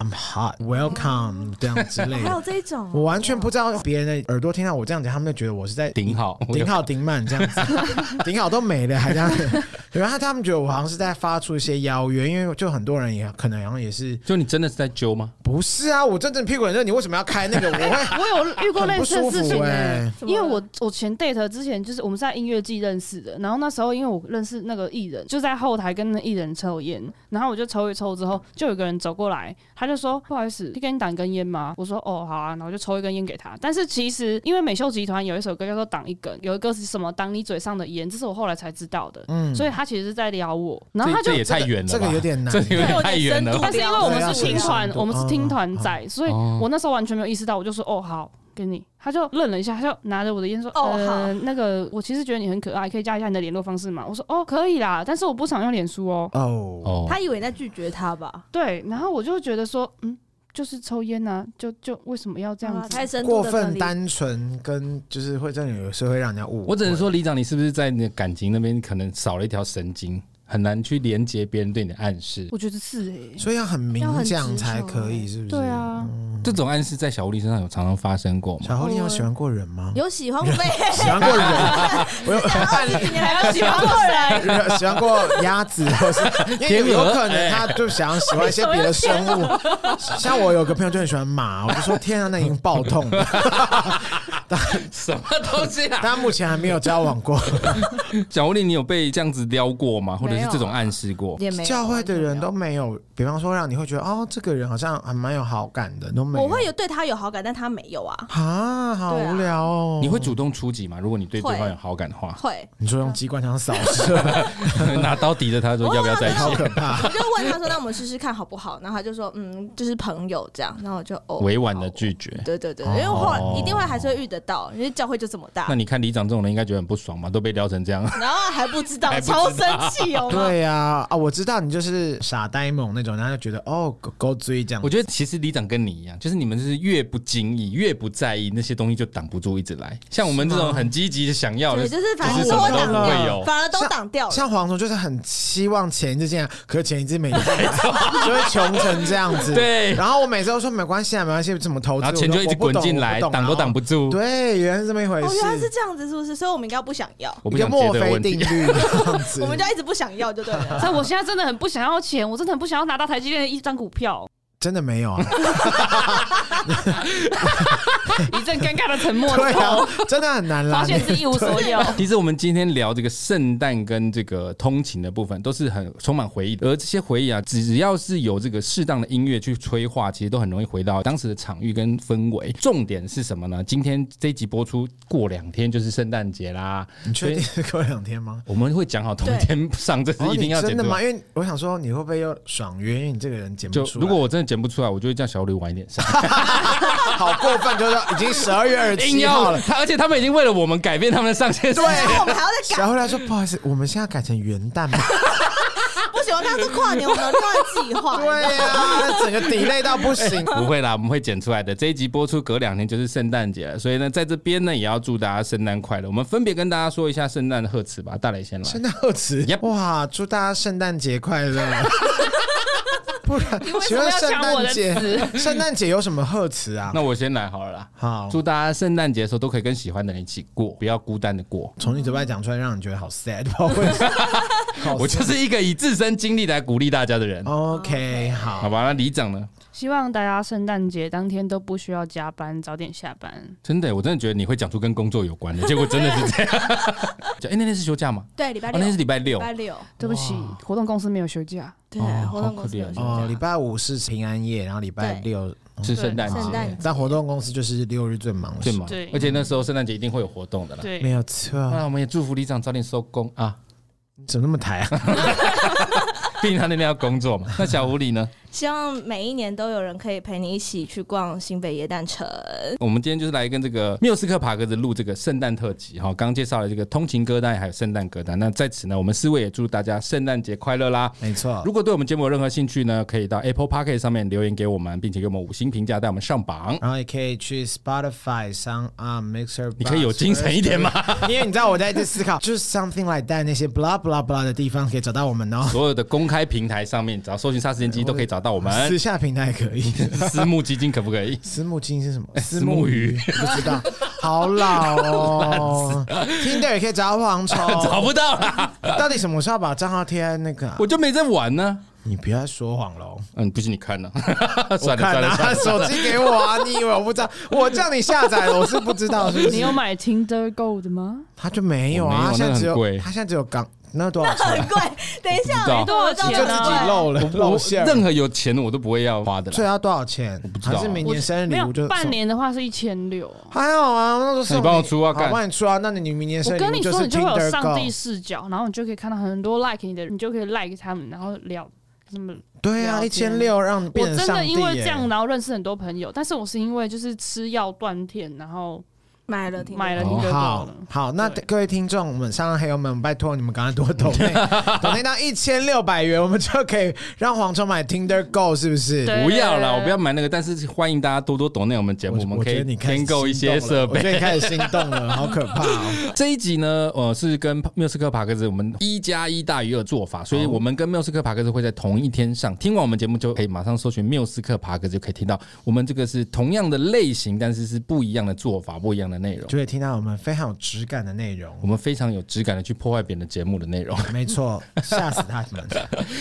I'm hot, welcome 这样之类
还有
的。
这种，啊
我完全不知道别人的耳朵听到我这样讲，他们就觉得我是在
顶好，
顶好顶满这样子， 顶好都没了，还这样子。然后他们觉得我好像是在发出一些邀约，因为就很多人也可能好像也是
就你真的是在揪吗？
不是啊，我真正屁股很热，你为什么要开那个？我 会
我有遇过
很
类
不
似的
舒
事
服
情、欸
哎、
怎么
因为
了
我我前 date 之前就是我们是在音乐季认识的，然后那时候因为我认识那个艺人，就在后台跟那艺人抽烟，然后我就抽一抽之后，就有个人走过来，他就说不好意思，可以跟你挡一根烟吗？我说哦好啊，然后就抽一根烟给他。但是其实因为美秀集团有一首歌叫做《挡一根》，有一个是什么挡你嘴上的烟，这是我后来才知道的，
嗯，
所以他其实是在撩我，然后他
这
就
这也太远了吧，
这个有点难
这个有点太远了吧。
但是因为我们是听团，
对啊
我们是听团仔，所以
哦
我那时候完全没有意识到，我就说哦好。给你，他就愣了一下，他就拿着我的烟说：“
哦
呃
好，
那个，我其实觉得你很可爱，可以加一下你的联络方式嘛？”我说：“哦，可以啦，但是我不想用脸书哦。
哦，
哦，
他以为你在拒绝他吧？”
对，然后我就觉得说：“嗯，就是抽烟呐、就就为什么要这样
啊
子？
太深
过
度的
分单纯跟就是会真的有时候会让人家误会。
我只能说，李长，你是不是在你的感情那边可能少了一条神经，很难去连接别人对你的暗示？
我觉得是诶、
所以要很明
要很
讲
直
才
球
可以，
欸
是不是？
对啊，
这种暗示在小狐狸身上有常常发生过吗？
小狐狸有喜欢过人吗？
有 喜欢被
喜欢过人， 我
二十几年还要喜欢过人，
有喜欢过鸭子，或是因
天
为
鹅
有可能他就想要喜欢一些别的生 物。像我有个朋友就很喜欢马，我就说天啊，那已经爆痛了。
什么东西啊？
但目前还没有交往过，
小狐狸，你有被这样子撩过吗？或者
没
是
有啊
这种暗示过？
也没有
教会的人都没有。比方说，让你会觉得哦，这个人好像还蛮有好感的，都没有。
我会有对他有好感，但他没有啊。
啊，好
对啊
无聊哦。
你会主动出击吗？如果你对对方
会
有好感的话，
会，
你说用机关枪扫 射，
拿刀抵着他说要不要在一
好
起，
可怕。
我就问他说：“那我们试试看好不好？”然后他就说：“嗯，就是朋友这样。”然后我就哦，
委婉的
好
拒绝。
对对对，因为后来一定会还是会遇得到，因为教会就这么大
哦那，你看里长这种人应该觉得很不爽嘛，都被撩成这样。
然后还不知道
还，不知道
超生气哦。
对呀、啊，我知道你就是傻呆萌那种，然后就觉得哦，狗狗追这样
我。觉得其实里长跟你一样，就是你们就是越不经意、越不在意那些东西，就挡不住一直来。像我们这种很积极的想要的，
对，就是反
就
正
是什么
都
都
挡
不会
掉，
有。
反而都挡掉了。
像黄总就是很期望前一次这样，可是前一次每次 就会穷成这样子。
对
然后我每次都说没关系啊，没关系，怎么投资？
然后钱就一直滚进来，
我都我不懂
挡都挡。
我不
不住。
懂对，原来是这么一回
哦，原来是
事。
这样子，是不是？所以我们应该不想要，
我不
一个
想接
墨
这个
菲
问
定
题。
律这样子
我。们就一直不想要就对了。
所以我现在真的很不想要钱，我真的很不想要拿到台积电的一张股票。
真的没有 啊？
一阵尴尬的沉默之
对啊
后，，
真的很难啦
发。现自己一无所有。
其实我们今天聊这个圣诞跟这个通勤的部分，都是很充满回忆的。而这些回忆啊，只要是有这个适当的音乐去催化，其实都很容易回到当时的场域跟氛围。重点是什么呢？今天这一集播出过两天就是圣诞节啦，
你确定
所以
是过两天吗？
我们会讲好同一天上，这是
哦
一定
你
要
真
剪
的
出
吗？
来。
因为我想说，你会不会又爽约？因为你这个人剪
就
不出来。
如果我真的剪不出来，我就会叫小吕晚一点 上。
好过分，就是已经十二月二十
硬
七号
要
了。啊
他，而且他们已经为了我们改变他们的上线时间。
然后我们还要再改，
小后来说：“不好意思，我们现在改成元旦 吧。
不行，我刚刚是跨年，我们有另外 计”划。
对呀、整个抵赖到不行。
不会啦，我们会剪出来的。这一集播出隔两天就是圣诞节了，所以呢，在这边呢也要祝大家圣诞快乐。我们分别跟大家说一下圣诞的贺词吧。大磊先来，
圣诞贺词
Yep，
哇！祝大家圣诞节快乐。不然，请问圣诞节，圣诞节有什么贺词啊
那？我先来好了啦。
好，
祝大家圣诞节的时候都可以跟喜欢的人一起过，不要孤单的过。
从你嘴巴讲出来，让你觉得好 sad，不知道为什么好
我就是一个以自身经历来鼓励大家的
哦
人，
OK，
好
好，
吧？那里长呢？
希望大家圣诞节当天都不需要加班，早点下班。
真的，我真的觉得你会讲出跟工作有关的，结果真的是这样。哎、那天是休假吗？
对，礼拜
哦，
六，
那天是
礼
礼拜六。
拜六，
对不起，活动公司没有休假。
对
哦，
活动公司有休
好可
哦，礼
假。
拜五是平安夜，然后礼拜六
是圣诞
圣
节
诞，
但活动公司就是六日最忙的时
对
候，
吗？
对
而且那时候圣诞节一定会有活动的啦。啊
对
没，有错。
那我们也祝福里长早点收工啊，
你怎么那么抬啊？
毕竟他那天要工作嘛。那小狐狸呢？
希望每一年都有人可以陪你一起去逛新北耶诞城。
我们今天就是来跟这个缪斯克爬格子录这个圣诞特辑哈。刚介绍了这个通勤歌单，还有圣诞歌单。那在此呢，我们四位也祝大家圣诞节快乐啦！
没错
如，果对我们节目有任何兴趣呢，可以到 Apple p o c k e t 上面留言给我们，并且给我们五星评价，带我们上榜。
然后也可以去 Spotify、Sound On、Mixer。
你可以有精神一点吗？
因为你知道我在一直思考，就是 something like that 那些 blah blah blah 的地方可以找到我们哦。
所有的公开平台上面，只要搜寻“杀时间机”都可以找到我
私
们。
下平台也可以。
私募基金可不可以？
私募金是什么？
私募鱼
不知道，好 老哦。Tinder 也可以找到 蝗
找
虫。
不到啦，
到底什么时候把账号贴在那个啊？
我就没在玩呢、
你不要说谎喽！
嗯，不信你看呢、 算了
我
算
看
了
啊
算了，
手机给我啊！你以为我不知道？我叫你下载了，我是不知 道是不
你有
是？
买 Tinder Gold 吗？
他就没有
我没有
啊，他现
那
在
很
只有
贵
他现在只有港那多少钱？
贵，等一下，
不知道
我
多少
知道
你就自
多少
钱啊
己
钱
漏了露
我
馅了。
任何有钱我都不会要花的
所以
啦。
要多少钱？
不知道
还是明年生日礼
没有
物就，
半年的话是一千六。
还好啊，那都是
那你帮我出啊
好
干
我帮你出啊。那你你明年生
我
日
跟
礼
你
物就
说，
是
你就会有
Tinder
上
Go，
帝视角，然后你就可以看到很多 like 你的人，你就可以 like 他们，然后聊什么。
对啊，一
了解
千六让你
我
变成
真
上
的
帝
因为这样，
耶
然后认识很多朋友，但是我是因为就是吃药断片，然后
买了，听
买了
哦
Tinder Gold
好
了。
好，那
对
各位听众，我们上岸黑友们，拜托你们赶快多抖 内，抖内到一千六百元，我们就可以让蝗虫买 Tinder Go，是不是？
对
不要啦，我不要买那个，但是欢迎大家多多懂那我们节目，呃我们
我
可
觉
以
得你开始
添购一些
心动了
设
我觉得
备。
你开始心动了，好可怕哦！
这一集呢，呃，是跟缪斯克帕克斯我们一加一大于二做法，所以我们跟缪斯克帕克斯会在同一天上。听完我们节目就可以马上搜寻缪斯克帕克斯，就可以听到我们这个是同样的类型，但是是不一样的做法，不一样的内容，
就会听到我们非常有质感的内容
我。们非常有质感的去破坏别人的节目的内容。
没错，吓死他们！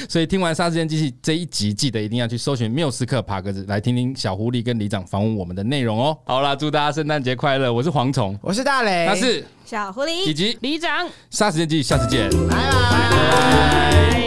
所以听完《杀时间机器》这一集，记得一定要去搜寻缪斯克帕格子，来听听小狐狸跟里长访问我们的内容哦。好啦，祝大家圣诞节快乐！我是蝗虫，
我是大雷，
他是
小狐
以
狸，
及《
里长。
杀时间机器》，下次见。
拜拜。